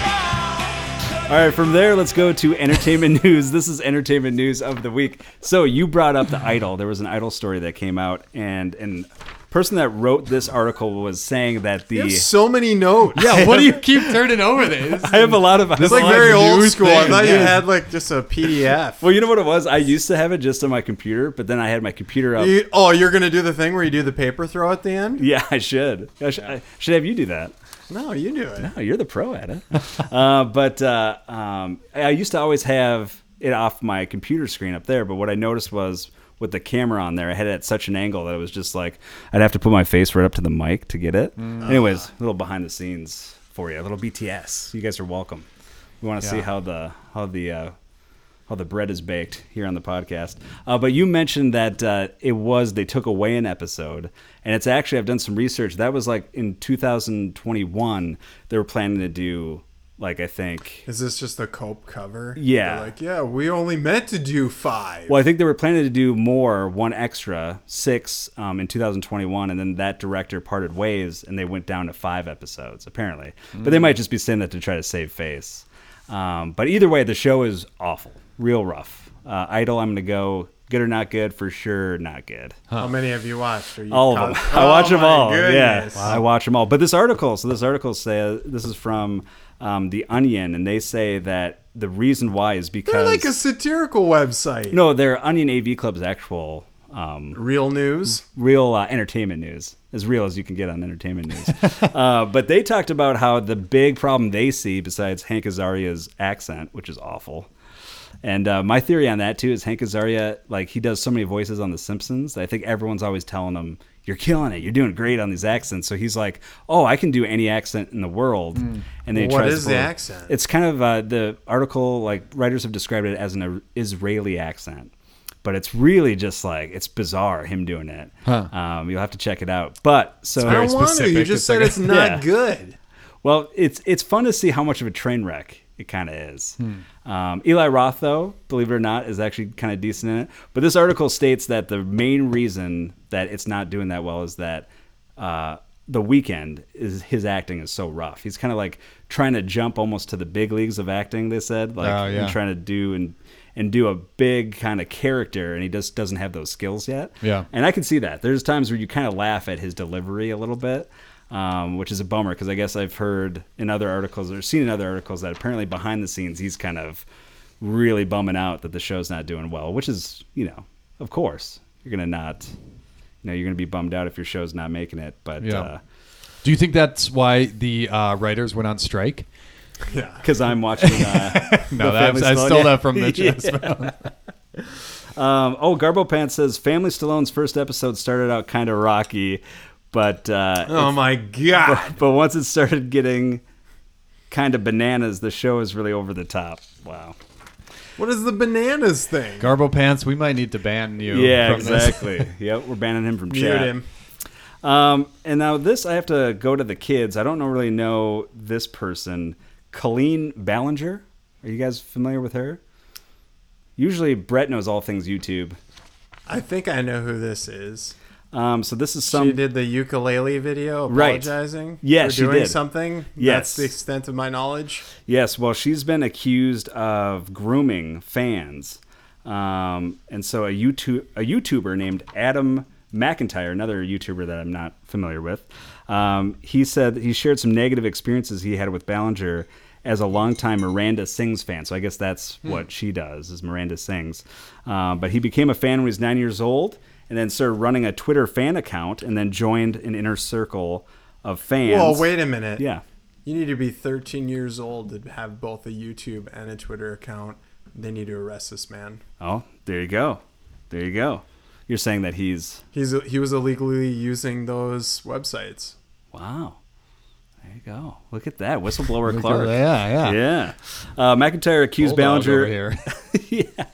[SPEAKER 2] All right, from there, let's go to entertainment *laughs* news. This is entertainment news of the week. So you brought up the idol. There was an idol story that came out, and and person that wrote this article was saying that
[SPEAKER 3] You
[SPEAKER 2] the
[SPEAKER 3] have so many notes. *laughs*
[SPEAKER 4] yeah. What do you keep turning over *laughs*
[SPEAKER 2] *laughs*
[SPEAKER 4] this?
[SPEAKER 2] I have a lot of
[SPEAKER 3] It's like
[SPEAKER 4] All
[SPEAKER 3] very
[SPEAKER 4] the
[SPEAKER 3] old
[SPEAKER 4] news
[SPEAKER 3] school. I
[SPEAKER 4] thing,
[SPEAKER 3] thought you
[SPEAKER 4] yeah.
[SPEAKER 3] had like just a PDF.
[SPEAKER 2] Well, you know what it was? I used to have it just on my computer, but then I had my computer up.
[SPEAKER 3] You- oh, you're going to do the thing where you do the paper throw at the
[SPEAKER 2] *laughs*
[SPEAKER 3] end?
[SPEAKER 2] Yeah, I should. I should, I should have you do that.
[SPEAKER 3] No, you do it.
[SPEAKER 2] Oh, you're the pro at it. uh, but uh, um, I used to always have it off my computer screen up there. But what I noticed was with the camera on there, I had it at such an angle that it was just like I'd have to put my face right up to the mic to get it. Anyways, a little behind the scenes for you, a little BTS. You guys are welcome. We want to see
[SPEAKER 4] Yeah.
[SPEAKER 2] how the how the uh, how the bread is baked here on the podcast. Uh, but you mentioned that uh, it was they took away an episode, and it's actually I've done some research. That was like in 2021 they were planning to do Like I think.
[SPEAKER 3] Is this just a cope cover?
[SPEAKER 2] Yeah.
[SPEAKER 3] They're like, yeah, we only meant to do five.
[SPEAKER 2] Well, I think they were planning to do more, one extra, six um, in 2021, and then that director parted ways, and they went down to five episodes apparently. But
[SPEAKER 3] Mm.
[SPEAKER 2] they might just be saying that to try to save face. Um, but either way, the show is awful, real rough. Uh, Idol, I'm gonna go good or not good for sure, not good.
[SPEAKER 3] How many have you watched? Are you
[SPEAKER 2] All of
[SPEAKER 3] caught-
[SPEAKER 2] them. *laughs* I watch
[SPEAKER 3] Oh
[SPEAKER 2] them
[SPEAKER 3] my
[SPEAKER 2] all.
[SPEAKER 3] goodness.
[SPEAKER 2] Yeah, I watch them all. But this article, so this article says this is from um, the Onion, and they say that the reason why is because
[SPEAKER 3] They're like a satirical website.
[SPEAKER 2] no, they're Onion AV Club's actual um,
[SPEAKER 3] Real news.
[SPEAKER 2] real uh, entertainment news, as real as you can get on entertainment news.
[SPEAKER 3] *laughs*
[SPEAKER 2] uh, but they talked about how the big problem they see, besides Hank Azaria's accent, which is awful. And uh, my theory on that too is Hank Azaria, like he does so many voices on The Simpsons. that I think everyone's always telling him, "You're killing it. You're doing great on these accents." So he's like, "Oh, I can do any accent in the world." And then he
[SPEAKER 3] Hmm. What
[SPEAKER 2] tries
[SPEAKER 3] is
[SPEAKER 2] to
[SPEAKER 3] the
[SPEAKER 2] pull-
[SPEAKER 3] accent?
[SPEAKER 2] It's kind of uh, the article like writers have described it as an Israeli accent, but it's really just like it's bizarre him doing it.
[SPEAKER 4] Huh.
[SPEAKER 2] Um, you'll have to check it out. But so
[SPEAKER 3] I don't want to. You
[SPEAKER 4] specific.
[SPEAKER 3] just
[SPEAKER 4] It's
[SPEAKER 3] said
[SPEAKER 4] like-
[SPEAKER 3] it's not
[SPEAKER 2] Yeah. *laughs*
[SPEAKER 3] good.
[SPEAKER 2] well, it's it's fun to see how much of a train wreck it kind of is.
[SPEAKER 4] Hmm.
[SPEAKER 2] Um, Eli Roth, though, believe it or not, is actually kind of decent in it. But this article states that the main reason that it's not doing that well is that uh, the weekend is his acting is so rough. He's kind of like trying to jump almost to the big leagues of acting. They said like
[SPEAKER 4] Oh, yeah.
[SPEAKER 2] and trying to do and and do a big kind of character, and he just doesn't have those skills yet.
[SPEAKER 4] Yeah.
[SPEAKER 2] And I can see that. There's times where you kind of laugh at his delivery a little bit, um, which is a bummer because I guess I've heard in other articles or seen in other articles that apparently behind the scenes he's kind of really bumming out that the show's not doing well, which is, you know, of course. You're going to not, you know, you're going to be bummed out if your show's not making it. But uh,
[SPEAKER 4] Yeah.
[SPEAKER 2] because
[SPEAKER 4] Do you think that's why the uh, writers went on strike?
[SPEAKER 2] I'm watching.
[SPEAKER 4] *laughs*
[SPEAKER 2] Uh,
[SPEAKER 4] No,
[SPEAKER 2] The
[SPEAKER 4] that's,
[SPEAKER 2] Family
[SPEAKER 4] I
[SPEAKER 2] Stone,
[SPEAKER 4] stole
[SPEAKER 2] yeah.
[SPEAKER 4] that from *laughs* Mitch.
[SPEAKER 2] Um, oh, Garbo Pants says Family Stallone's first episode started out kind of rocky, but uh,
[SPEAKER 3] Oh my god.
[SPEAKER 2] but once it started getting kind of bananas, the show is really over the top. Wow.
[SPEAKER 3] What is the bananas thing?
[SPEAKER 4] Garbo Pants, we might need to ban you.
[SPEAKER 2] Yeah,
[SPEAKER 4] from this. *laughs*
[SPEAKER 2] exactly. *laughs* yep, we're banning him from
[SPEAKER 3] Mute
[SPEAKER 2] chat.
[SPEAKER 3] Oh, him.
[SPEAKER 2] Um, and now this, I have to go to the kids. I don't know- really know this person, Colleen Ballinger. Are you guys familiar with her? Usually, Brett knows all things YouTube.
[SPEAKER 3] I think I know who this is.
[SPEAKER 2] Um, so this is
[SPEAKER 3] She
[SPEAKER 2] some
[SPEAKER 3] did the ukulele video
[SPEAKER 2] Right.
[SPEAKER 3] apologizing
[SPEAKER 2] Yeah,
[SPEAKER 3] for
[SPEAKER 2] she
[SPEAKER 3] doing
[SPEAKER 2] did.
[SPEAKER 3] something.
[SPEAKER 2] Yes.
[SPEAKER 3] That's the extent of my knowledge.
[SPEAKER 2] Yes, well, she's been accused of grooming fans, um, and so a YouTube a YouTuber named Adam McIntyre, another YouTuber that I'm not familiar with, um, he said he shared some negative experiences he had with Ballinger as a longtime Miranda Sings fan. So I guess that's what she does is Miranda Sings. Um, but he became a fan when he was nine years old, and then started running a Twitter fan account, and then joined an inner circle of fans.
[SPEAKER 3] Well, wait a minute.
[SPEAKER 2] yeah.
[SPEAKER 3] You need to be 13 years old to have both a YouTube and a Twitter account. They need to arrest this man.
[SPEAKER 2] Oh, there you go. There you go. You're saying that he's
[SPEAKER 3] He's he was illegally using those websites.
[SPEAKER 2] wow. There you go. Look at that whistleblower
[SPEAKER 4] Look at
[SPEAKER 2] Clark.
[SPEAKER 4] that, yeah.
[SPEAKER 2] yeah. Uh, McIntyre accused
[SPEAKER 4] Bulldog
[SPEAKER 2] Ballinger
[SPEAKER 4] over here.
[SPEAKER 2] *laughs* yeah.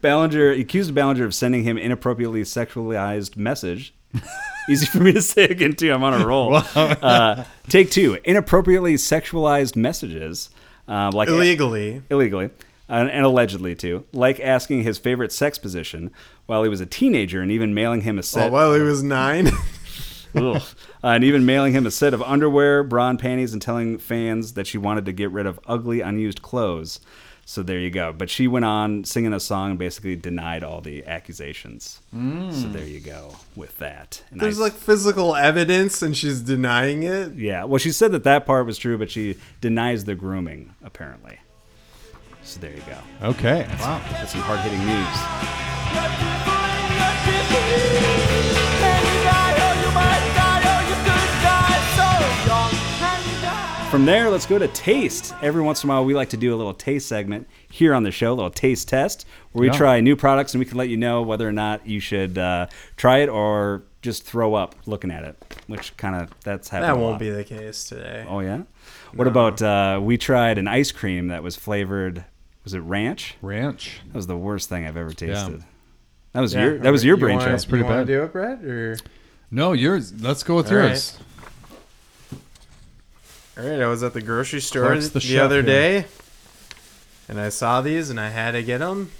[SPEAKER 2] Ballinger accused Ballinger of sending him inappropriately sexualized message. *laughs* Easy for me to say again too. I'm on a
[SPEAKER 4] *laughs*
[SPEAKER 2] roll. Uh, take two. Inappropriately sexualized messages, uh, like
[SPEAKER 3] Illegally.
[SPEAKER 2] illegally and, and allegedly too, like asking his favorite sex position while he was a teenager and even mailing him a
[SPEAKER 3] Well,
[SPEAKER 2] set.
[SPEAKER 3] while he was nine. *laughs*
[SPEAKER 2] Ugh. Uh, and even mailing him a set of underwear, bra, and panties, and telling fans that she wanted to get rid of ugly, unused clothes. So there you go. But she went on singing a song and basically denied all the accusations. So there you go with that. And
[SPEAKER 3] Mm. There's
[SPEAKER 2] I-
[SPEAKER 3] like physical evidence, and she's denying it.
[SPEAKER 2] yeah. Well, she said that that part was true, but she denies the grooming apparently. So there you go.
[SPEAKER 4] *laughs* okay. Wow.
[SPEAKER 2] That's some hard hitting news. From there, let's go to taste. Every once in a while, we like to do a little taste segment here on the show, a little taste test, where we
[SPEAKER 4] Yeah.
[SPEAKER 2] try new products and we can let you know whether or not you should uh, try it or just throw up looking at it, which kind of that's happening.
[SPEAKER 3] That won't be the case today.
[SPEAKER 2] Oh yeah. What about uh, we tried an ice cream that was flavored? Was it ranch?
[SPEAKER 4] Ranch.
[SPEAKER 2] That was the worst thing I've ever tasted. That was your that was your
[SPEAKER 3] You wanna-
[SPEAKER 2] brainchild.
[SPEAKER 4] pretty
[SPEAKER 3] you wanna
[SPEAKER 4] bad.
[SPEAKER 3] Do it, Brett, or
[SPEAKER 4] No, yours. Let's go with
[SPEAKER 3] All right.
[SPEAKER 4] yours.
[SPEAKER 3] All right, I was at the grocery store
[SPEAKER 4] Clark's
[SPEAKER 3] the,
[SPEAKER 4] the chef
[SPEAKER 3] other
[SPEAKER 4] here.
[SPEAKER 3] day, and I saw these, and I had to get them.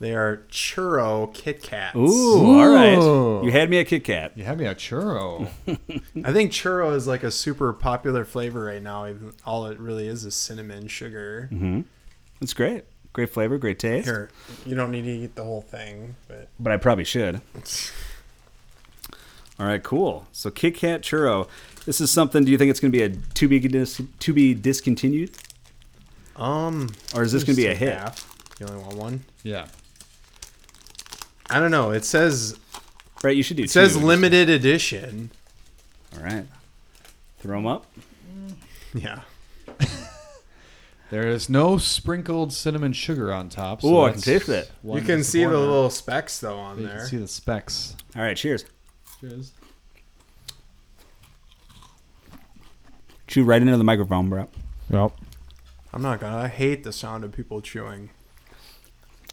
[SPEAKER 3] They are churro Kit Kats.
[SPEAKER 2] Ooh, all right.
[SPEAKER 4] Ooh.
[SPEAKER 2] You had me at Kit Kat.
[SPEAKER 4] You had me at churro. *laughs*
[SPEAKER 3] I think churro is like a super popular flavor right now. even- All it really is is cinnamon sugar.
[SPEAKER 4] Mm-hmm.
[SPEAKER 2] It's great. Great flavor, great taste.
[SPEAKER 3] Here, you don't need to eat the whole thing, but
[SPEAKER 2] But I probably should. All right, cool. So Kit Kat churro. This is something. Do you think it's going to be a to be dis- to be discontinued,
[SPEAKER 3] um,
[SPEAKER 2] or is this going to be a hit?
[SPEAKER 3] half. You only want one.
[SPEAKER 4] yeah.
[SPEAKER 3] I don't know. It says
[SPEAKER 2] Right, you should do.
[SPEAKER 3] it
[SPEAKER 2] two.
[SPEAKER 3] says limited edition.
[SPEAKER 2] All right, throw them up.
[SPEAKER 3] Yeah.
[SPEAKER 4] There is no sprinkled cinnamon sugar on top.
[SPEAKER 2] Ooh, I
[SPEAKER 4] that's
[SPEAKER 2] can taste it.
[SPEAKER 4] one
[SPEAKER 3] you can see the
[SPEAKER 4] disappointment.
[SPEAKER 3] little specks though on
[SPEAKER 4] You
[SPEAKER 3] there.
[SPEAKER 4] can see the specks.
[SPEAKER 2] All right, cheers.
[SPEAKER 4] Cheers.
[SPEAKER 2] Chew right into the microphone, bro.
[SPEAKER 4] Yep.
[SPEAKER 3] I'm not gonna. I hate the sound of people chewing.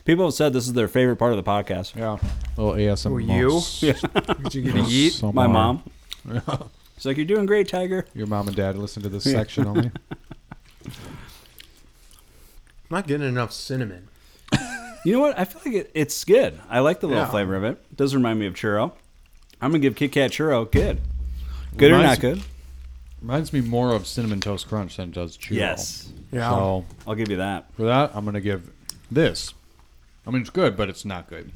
[SPEAKER 2] People have said this is their favorite part of the podcast.
[SPEAKER 4] Yeah. Little ASMR.
[SPEAKER 3] Oh, you?
[SPEAKER 2] Yeah.
[SPEAKER 3] Did you get to eat?
[SPEAKER 2] My mom.
[SPEAKER 3] *laughs*
[SPEAKER 2] She's like, "You're doing great, Tiger."
[SPEAKER 4] Your mom and dad
[SPEAKER 3] *laughs*
[SPEAKER 4] listen to this
[SPEAKER 2] Yeah.
[SPEAKER 4] section only.
[SPEAKER 3] I'm not getting enough cinnamon.
[SPEAKER 2] You know what? I feel like it, it's good. I like the little
[SPEAKER 3] Yeah.
[SPEAKER 2] flavor of it. It does remind me of churro. I'm gonna give Kit Kat churro good. Good or not
[SPEAKER 4] Reminds-
[SPEAKER 2] good?
[SPEAKER 4] Reminds me more of cinnamon toast crunch than it does churro.
[SPEAKER 2] Yes,
[SPEAKER 3] Yeah.
[SPEAKER 4] So
[SPEAKER 2] I'll give you that.
[SPEAKER 4] for that, I'm gonna give this. I mean, it's good, but it's not good.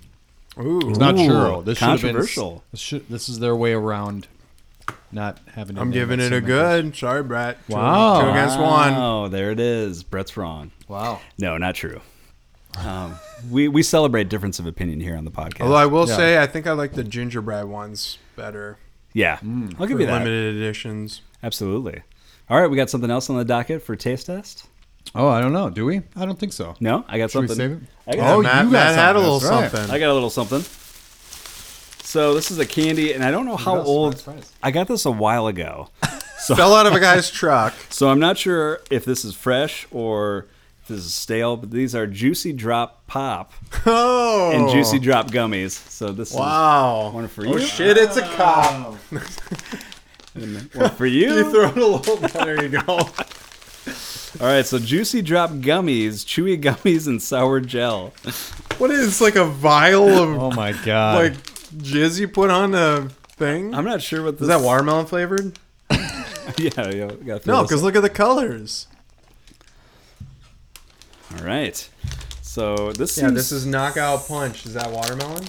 [SPEAKER 3] Ooh.
[SPEAKER 4] It's not
[SPEAKER 2] Ooh,
[SPEAKER 4] churro. This should have been-
[SPEAKER 2] controversial.
[SPEAKER 4] this, should, this is their way around not having.
[SPEAKER 3] I'm
[SPEAKER 4] name
[SPEAKER 3] giving it
[SPEAKER 4] it
[SPEAKER 3] a
[SPEAKER 4] cinnamon
[SPEAKER 3] good.
[SPEAKER 4] toast.
[SPEAKER 3] Sorry, Brett. Two-
[SPEAKER 4] Wow.
[SPEAKER 3] Two against one.
[SPEAKER 2] Oh, there it is. Brett's wrong.
[SPEAKER 4] Wow.
[SPEAKER 2] No, not true. Um, we we celebrate difference of opinion here on the podcast.
[SPEAKER 3] Although I will
[SPEAKER 4] Yeah.
[SPEAKER 3] say, I think I like the gingerbread ones better.
[SPEAKER 2] yeah, I'll give
[SPEAKER 3] for
[SPEAKER 2] you that.
[SPEAKER 3] limited editions.
[SPEAKER 2] Absolutely. All right, we got something else on the docket for taste test.
[SPEAKER 4] Oh, I don't know. Do we? I don't think so.
[SPEAKER 2] No, I got
[SPEAKER 4] Should we
[SPEAKER 2] something.
[SPEAKER 4] save it?
[SPEAKER 2] I got
[SPEAKER 3] Yeah,
[SPEAKER 4] Oh,
[SPEAKER 3] Matt,
[SPEAKER 4] you got
[SPEAKER 3] Matt had a
[SPEAKER 4] something.
[SPEAKER 3] little
[SPEAKER 4] That's right.
[SPEAKER 3] something.
[SPEAKER 2] I got a little something. So this is a candy, and I don't know how
[SPEAKER 4] Surprise,
[SPEAKER 2] old.
[SPEAKER 4] surprise.
[SPEAKER 2] I got this a while ago,
[SPEAKER 3] Fell out of a guy's *laughs* truck.
[SPEAKER 2] so I'm not sure if this is fresh or if this is stale. But these are Juicy Drop Pop
[SPEAKER 3] Oh.
[SPEAKER 2] and Juicy Drop Gummies. So this
[SPEAKER 3] Wow.
[SPEAKER 2] One for
[SPEAKER 3] Oh
[SPEAKER 2] you.
[SPEAKER 3] shit! It's a cop.
[SPEAKER 2] is one for you.
[SPEAKER 3] *laughs* You throw it a little. There you go.
[SPEAKER 2] All right, so Juicy Drop Gummies, Chewy *laughs* Gummies, and Sour Gel.
[SPEAKER 3] *laughs* What is like a vial of
[SPEAKER 4] Oh my god.
[SPEAKER 3] like jizz you put on the thing?
[SPEAKER 2] I'm not sure what this
[SPEAKER 3] is that watermelon flavored?
[SPEAKER 2] *laughs* Yeah, yeah. gotta throw
[SPEAKER 3] No,
[SPEAKER 2] this
[SPEAKER 3] because
[SPEAKER 2] up.
[SPEAKER 3] look at the colors.
[SPEAKER 2] all right. So this
[SPEAKER 3] Yeah,
[SPEAKER 2] seems-
[SPEAKER 3] this is knockout punch. Is that watermelon?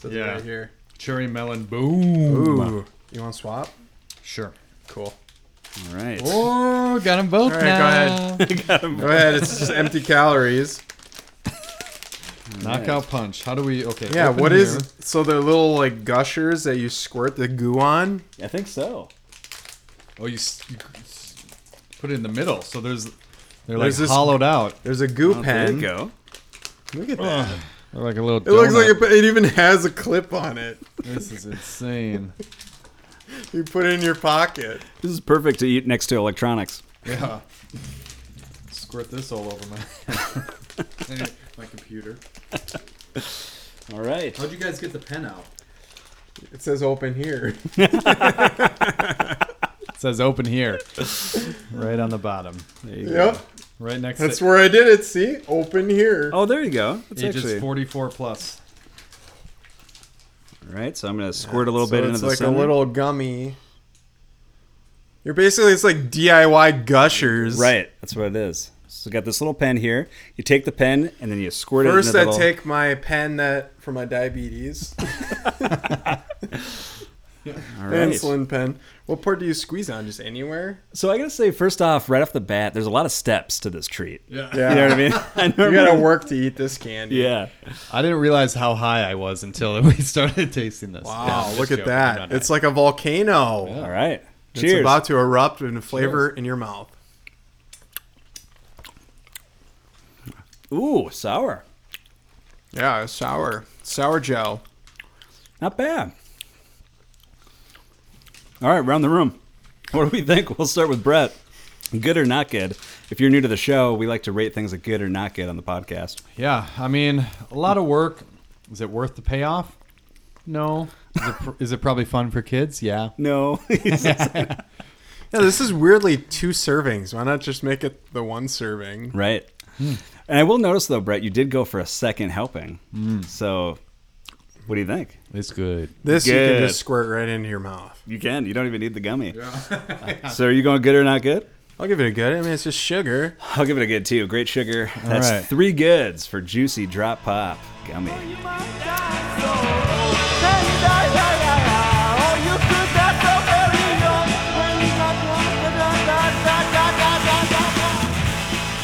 [SPEAKER 3] Says it
[SPEAKER 4] Yeah.
[SPEAKER 3] right here.
[SPEAKER 4] cherry melon. Boom.
[SPEAKER 3] Ooh, you want to swap?
[SPEAKER 4] Sure.
[SPEAKER 3] Cool.
[SPEAKER 2] all right.
[SPEAKER 4] Oh, got them both
[SPEAKER 3] All right, go
[SPEAKER 4] now.
[SPEAKER 3] ahead. Go ahead. It's just empty calories.
[SPEAKER 4] Knockout punch. How do we? Okay.
[SPEAKER 3] Yeah.
[SPEAKER 4] open
[SPEAKER 3] What
[SPEAKER 4] here.
[SPEAKER 3] is? So they're little like gushers that you squirt the goo on.
[SPEAKER 2] I think so.
[SPEAKER 4] Oh, you, s- you s- put it in the middle. So there's, they're like
[SPEAKER 3] There's this-
[SPEAKER 4] hollowed out.
[SPEAKER 3] There's a goo
[SPEAKER 2] Oh,
[SPEAKER 3] pen.
[SPEAKER 2] there you go. Oh,
[SPEAKER 3] Look at that.
[SPEAKER 4] They're like a little.
[SPEAKER 3] It looks like it, it even has a clip on it.
[SPEAKER 4] This is insane.
[SPEAKER 3] You put it in your pocket.
[SPEAKER 2] This is perfect to eat next to electronics.
[SPEAKER 4] Yeah. Squirt this all over my *laughs* my computer.
[SPEAKER 2] All right.
[SPEAKER 4] How'd you guys get the pen out?
[SPEAKER 3] It says open here.
[SPEAKER 4] It says open here, right on the bottom,
[SPEAKER 2] There you go.
[SPEAKER 3] *laughs* Yep.
[SPEAKER 4] right next.
[SPEAKER 3] That's
[SPEAKER 4] to
[SPEAKER 3] where I did it. See, open here.
[SPEAKER 2] Oh, there you go. That's
[SPEAKER 4] ages
[SPEAKER 2] actually all
[SPEAKER 4] 44 plus.
[SPEAKER 2] right. So I'm gonna squirt a little
[SPEAKER 3] So
[SPEAKER 2] bit into
[SPEAKER 3] it's
[SPEAKER 2] the
[SPEAKER 3] like
[SPEAKER 2] center.
[SPEAKER 3] a little gummy. You're basically it's like DIY gushers.
[SPEAKER 2] Right. That's what it is. So you got this little pen here. You take the pen and then you squirt
[SPEAKER 3] First,
[SPEAKER 2] it
[SPEAKER 3] I
[SPEAKER 2] into the little-
[SPEAKER 3] take my pen that for my diabetes *laughs*
[SPEAKER 2] All right.
[SPEAKER 3] insulin pen. What part do you squeeze on? Just anywhere?
[SPEAKER 2] So I gotta say, first off, right off the bat, there's a lot of steps to this treat.
[SPEAKER 4] Yeah.
[SPEAKER 2] You know what I mean? *laughs* I
[SPEAKER 3] You
[SPEAKER 2] normally-
[SPEAKER 3] gotta work to eat this candy.
[SPEAKER 2] Yeah.
[SPEAKER 4] I didn't realize how high I was until *laughs* we started tasting this. Yeah, I'm
[SPEAKER 3] Wow,
[SPEAKER 4] just
[SPEAKER 3] Oh, look at
[SPEAKER 4] joking. No,
[SPEAKER 3] that!
[SPEAKER 4] no.
[SPEAKER 3] It's like a volcano.
[SPEAKER 2] All right.
[SPEAKER 3] It's
[SPEAKER 2] Cheers.
[SPEAKER 3] about to erupt in flavor in your mouth.
[SPEAKER 2] Ooh, sour.
[SPEAKER 3] Yeah, it's sour, sour gel.
[SPEAKER 2] Not bad. All right, round the room. What do we think? We'll start with Brett. Good or not good? If you're new to the show, we like to rate things at good or not good on the podcast.
[SPEAKER 4] Yeah, I mean, a lot of work. Is it worth the payoff? No. Is it, pr- is it probably fun for kids? Yeah.
[SPEAKER 2] No.
[SPEAKER 3] Yeah, this is weirdly two servings. Why not just make it the one serving?
[SPEAKER 2] right. And I will notice though, Brett, you did go for a second helping. So, what do you think?
[SPEAKER 5] It's
[SPEAKER 4] *laughs*
[SPEAKER 5] good.
[SPEAKER 3] This you can
[SPEAKER 2] Good.
[SPEAKER 3] just squirt right into your mouth.
[SPEAKER 2] You can. You don't even need the gummy. so, are you going good or not good?
[SPEAKER 3] I'll give it a good. I mean, it's just sugar.
[SPEAKER 2] I'll give it a good too. Great sugar. That's
[SPEAKER 4] right.
[SPEAKER 2] three goods for juicy drop pop gummy.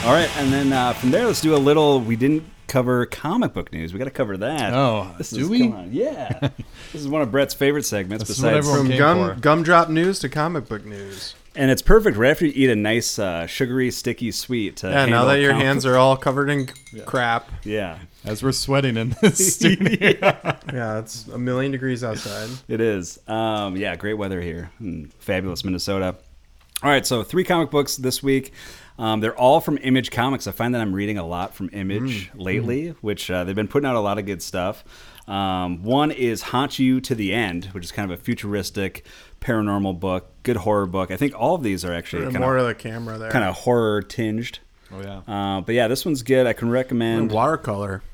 [SPEAKER 2] All right, and then uh, from there, let's do a little. We didn't cover comic book news. We got to cover that.
[SPEAKER 4] Oh, do
[SPEAKER 2] is,
[SPEAKER 4] we?
[SPEAKER 2] come on, Yeah, this is one of Brett's favorite segments.
[SPEAKER 4] This is what
[SPEAKER 2] besides,
[SPEAKER 4] everyone-
[SPEAKER 3] From
[SPEAKER 4] Game
[SPEAKER 3] gum
[SPEAKER 4] for.
[SPEAKER 3] gumdrop news to comic book news.
[SPEAKER 2] and it's perfect right after you eat a nice uh, sugary, sticky sweet. To
[SPEAKER 3] Yeah, now
[SPEAKER 2] handle
[SPEAKER 3] that your
[SPEAKER 2] com-
[SPEAKER 3] hands are all covered in crap.
[SPEAKER 2] yeah,
[SPEAKER 4] As we're sweating in *laughs* this studio.
[SPEAKER 3] Yeah, it's a million degrees outside.
[SPEAKER 2] It is. Um, yeah, great weather here in fabulous Minnesota. All right, so three comic books this week. Um, they're all from Image Comics. I find that I'm reading a lot from Image lately, which uh, they've been putting out a lot of good stuff. Um, one is Haunt You to the End, which is kind of a futuristic paranormal book, good horror book. I think all of these are actually kind
[SPEAKER 3] More
[SPEAKER 2] of,
[SPEAKER 3] of the camera there.
[SPEAKER 2] kind of horror tinged.
[SPEAKER 4] Oh, yeah.
[SPEAKER 2] Uh, but yeah, this one's good. I can recommend.
[SPEAKER 3] watercolor.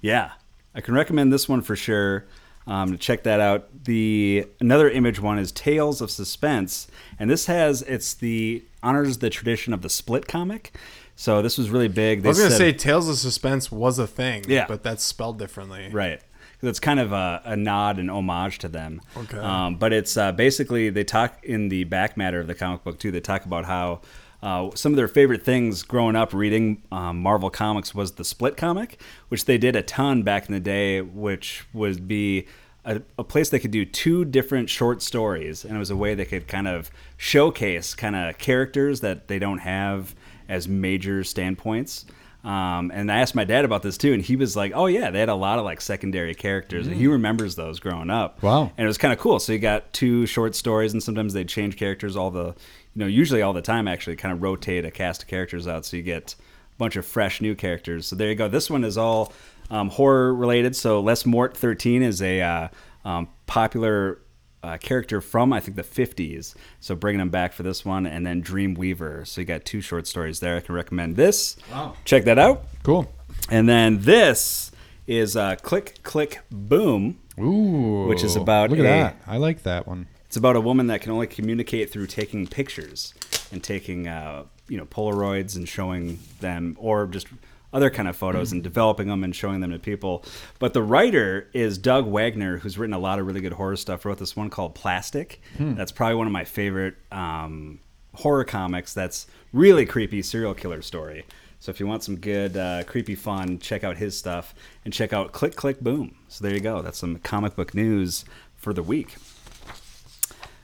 [SPEAKER 2] Yeah, I can recommend this one for sure. Um, to check that out. The another image one is Tales of Suspense, and this has it's the honors the tradition of the split comic. So this was really big. They
[SPEAKER 3] I was gonna
[SPEAKER 2] said-
[SPEAKER 3] say Tales of Suspense was a thing.
[SPEAKER 2] Yeah.
[SPEAKER 3] but that's spelled differently.
[SPEAKER 2] Right. 'Cause It's kind of a, a nod and homage to them.
[SPEAKER 3] Okay.
[SPEAKER 2] Um, but it's uh, basically, they talk in the back matter of the comic book, too. They talk about how uh, some of their favorite things growing up reading um, Marvel Comics was the split comic, which they did a ton back in the day, which would be. A, a place they could do two different short stories, and it was a way they could kind of showcase kind of characters that they don't have as major standpoints. Um, and I asked my dad about this too, and he was like, "Oh yeah, they had a lot of like secondary characters, and he remembers those growing up.
[SPEAKER 4] Wow.
[SPEAKER 2] And it was kind of cool. So you got two short stories, and sometimes they change characters all the, you know, usually all the time actually, kind of rotate a cast of characters out, so you get a bunch of fresh new characters. So there you go. This one is all um, horror related. So Les Mort thirteen is a uh, um, popular uh, character from I think the 50s. So bringing him back for this one, and then Dream Weaver. So you got two short stories there. I can recommend this. Wow. Check that out.
[SPEAKER 4] Cool.
[SPEAKER 2] And then this is uh, Click Click Boom.
[SPEAKER 4] Ooh.
[SPEAKER 2] Which is about
[SPEAKER 4] Look at
[SPEAKER 2] a-
[SPEAKER 4] that. I like that one.
[SPEAKER 2] It's about a woman that can only communicate through taking pictures and taking uh, you know Polaroids and showing them, or just other kind of photos and developing them and showing them to people. But the writer is Doug Wagner, who's written a lot of really good horror stuff. Wrote this one called Plastic. That's probably one of my favorite um, horror comics. That's really creepy serial killer story. So if you want some good uh, creepy fun, check out his stuff and check out Click Click Boom. So there you go. That's some comic book news for the week.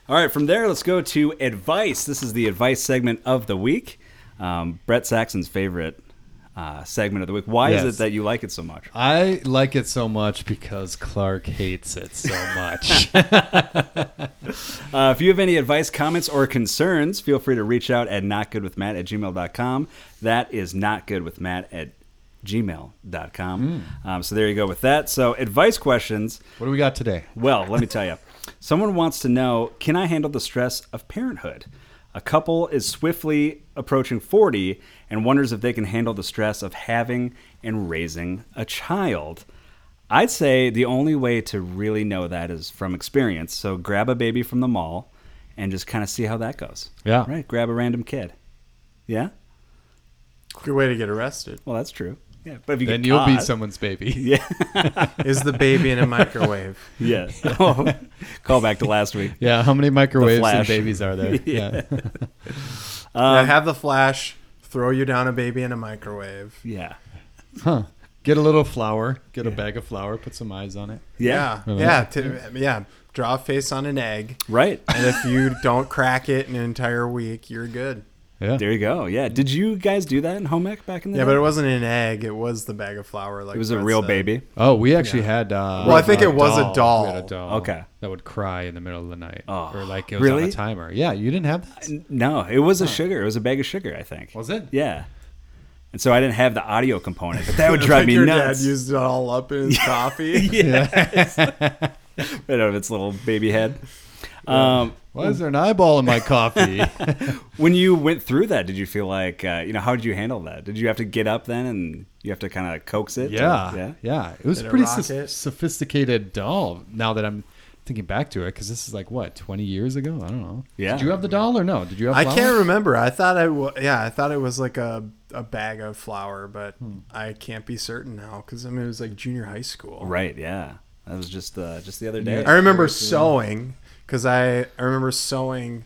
[SPEAKER 2] All right, from there, let's go to advice. This is the advice segment of the week. Um, Brett Saxon's favorite uh, segment of the week. Why
[SPEAKER 4] Yes.
[SPEAKER 2] is it that you like it so much?
[SPEAKER 4] I like it so much because Clark hates it so
[SPEAKER 2] *laughs*
[SPEAKER 4] much. *laughs*
[SPEAKER 2] Uh, if you have any advice, comments, or concerns, feel free to reach out at notgoodwithmatt at gmail.com. That is notgoodwithmatt at gmail.com. Um, so there you go with that. So, advice questions.
[SPEAKER 4] what do we got today?
[SPEAKER 2] Well, let me tell you. Someone wants to know Can I handle the stress of parenthood? A couple is swiftly approaching 40 and wonders if they can handle the stress of having and raising a child. I'd say the only way to really know that is from experience. So grab a baby from the mall and just kind of see how that goes.
[SPEAKER 4] Yeah.
[SPEAKER 2] Right? Grab a random kid. Yeah?
[SPEAKER 3] Good way to get arrested.
[SPEAKER 2] Well, that's true. Yeah. But if you
[SPEAKER 4] Then
[SPEAKER 2] get
[SPEAKER 4] you'll be
[SPEAKER 2] caught- *laughs*
[SPEAKER 4] someone's baby.
[SPEAKER 2] Yeah.
[SPEAKER 3] Is the baby in
[SPEAKER 2] *laughs*
[SPEAKER 3] a microwave?
[SPEAKER 2] yeah. Oh, call back to last week.
[SPEAKER 4] Yeah, how many microwaves and
[SPEAKER 2] Flash.
[SPEAKER 4] babies are there?
[SPEAKER 2] *laughs* Yeah. Um,
[SPEAKER 3] Now have the flash throw you down a baby in a microwave.
[SPEAKER 2] Yeah.
[SPEAKER 4] Huh. Get a little flour, get a bag of flour, put some eyes on it.
[SPEAKER 3] Yeah, yeah, to, yeah. Draw a face on an egg,
[SPEAKER 2] Right.
[SPEAKER 3] and if you don't crack it in an entire week, you're good.
[SPEAKER 4] Yeah.
[SPEAKER 2] There you go. Yeah. Did you guys do that in home ec back in the
[SPEAKER 3] Yeah,
[SPEAKER 2] day?
[SPEAKER 3] but uh, it wasn't an egg; it was the bag of flour. Like
[SPEAKER 2] it was a
[SPEAKER 3] Brett
[SPEAKER 2] real
[SPEAKER 3] said.
[SPEAKER 2] baby.
[SPEAKER 4] Oh, we actually had. Uh,
[SPEAKER 3] Well, I think it was a doll.
[SPEAKER 4] We had a doll.
[SPEAKER 2] Okay.
[SPEAKER 4] That would cry in the middle of the night,
[SPEAKER 2] Oh,
[SPEAKER 4] or like it was on
[SPEAKER 2] really?
[SPEAKER 4] a timer. Yeah, you didn't have that.
[SPEAKER 2] N- No, it was a sugar. It was a bag of sugar, I think.
[SPEAKER 4] Was it?
[SPEAKER 2] Yeah. And so I didn't have the audio
[SPEAKER 3] *laughs*
[SPEAKER 2] component, but that would drive
[SPEAKER 3] Like
[SPEAKER 2] me
[SPEAKER 3] your
[SPEAKER 2] nuts. *laughs*
[SPEAKER 3] dad used it all up in his coffee.
[SPEAKER 4] Yeah.
[SPEAKER 2] right *laughs* out of its little baby head. Um,
[SPEAKER 4] Why is there an eyeball in
[SPEAKER 2] *laughs*
[SPEAKER 4] my coffee? *laughs*
[SPEAKER 2] when you went through that, did you feel like uh, you know how did you handle that? Did you have to get up then and you have to kind of coax it?
[SPEAKER 4] yeah,
[SPEAKER 2] yeah.
[SPEAKER 4] yeah, It was
[SPEAKER 3] Did it
[SPEAKER 4] pretty
[SPEAKER 3] rock
[SPEAKER 4] soph-
[SPEAKER 3] it?
[SPEAKER 4] sophisticated doll. Now that I'm thinking back to it, because this is like what 20 years ago. I don't know.
[SPEAKER 2] Yeah.
[SPEAKER 4] Did you have the doll or no? Did you have?
[SPEAKER 3] I
[SPEAKER 4] flowers?
[SPEAKER 3] can't remember. I thought I wa- yeah, I thought it was like a, a bag of flour, but I can't be certain now because I mean it was like junior high school.
[SPEAKER 2] Right. Yeah. That was just uh, just the other day.
[SPEAKER 3] I remember sewing because I I remember sewing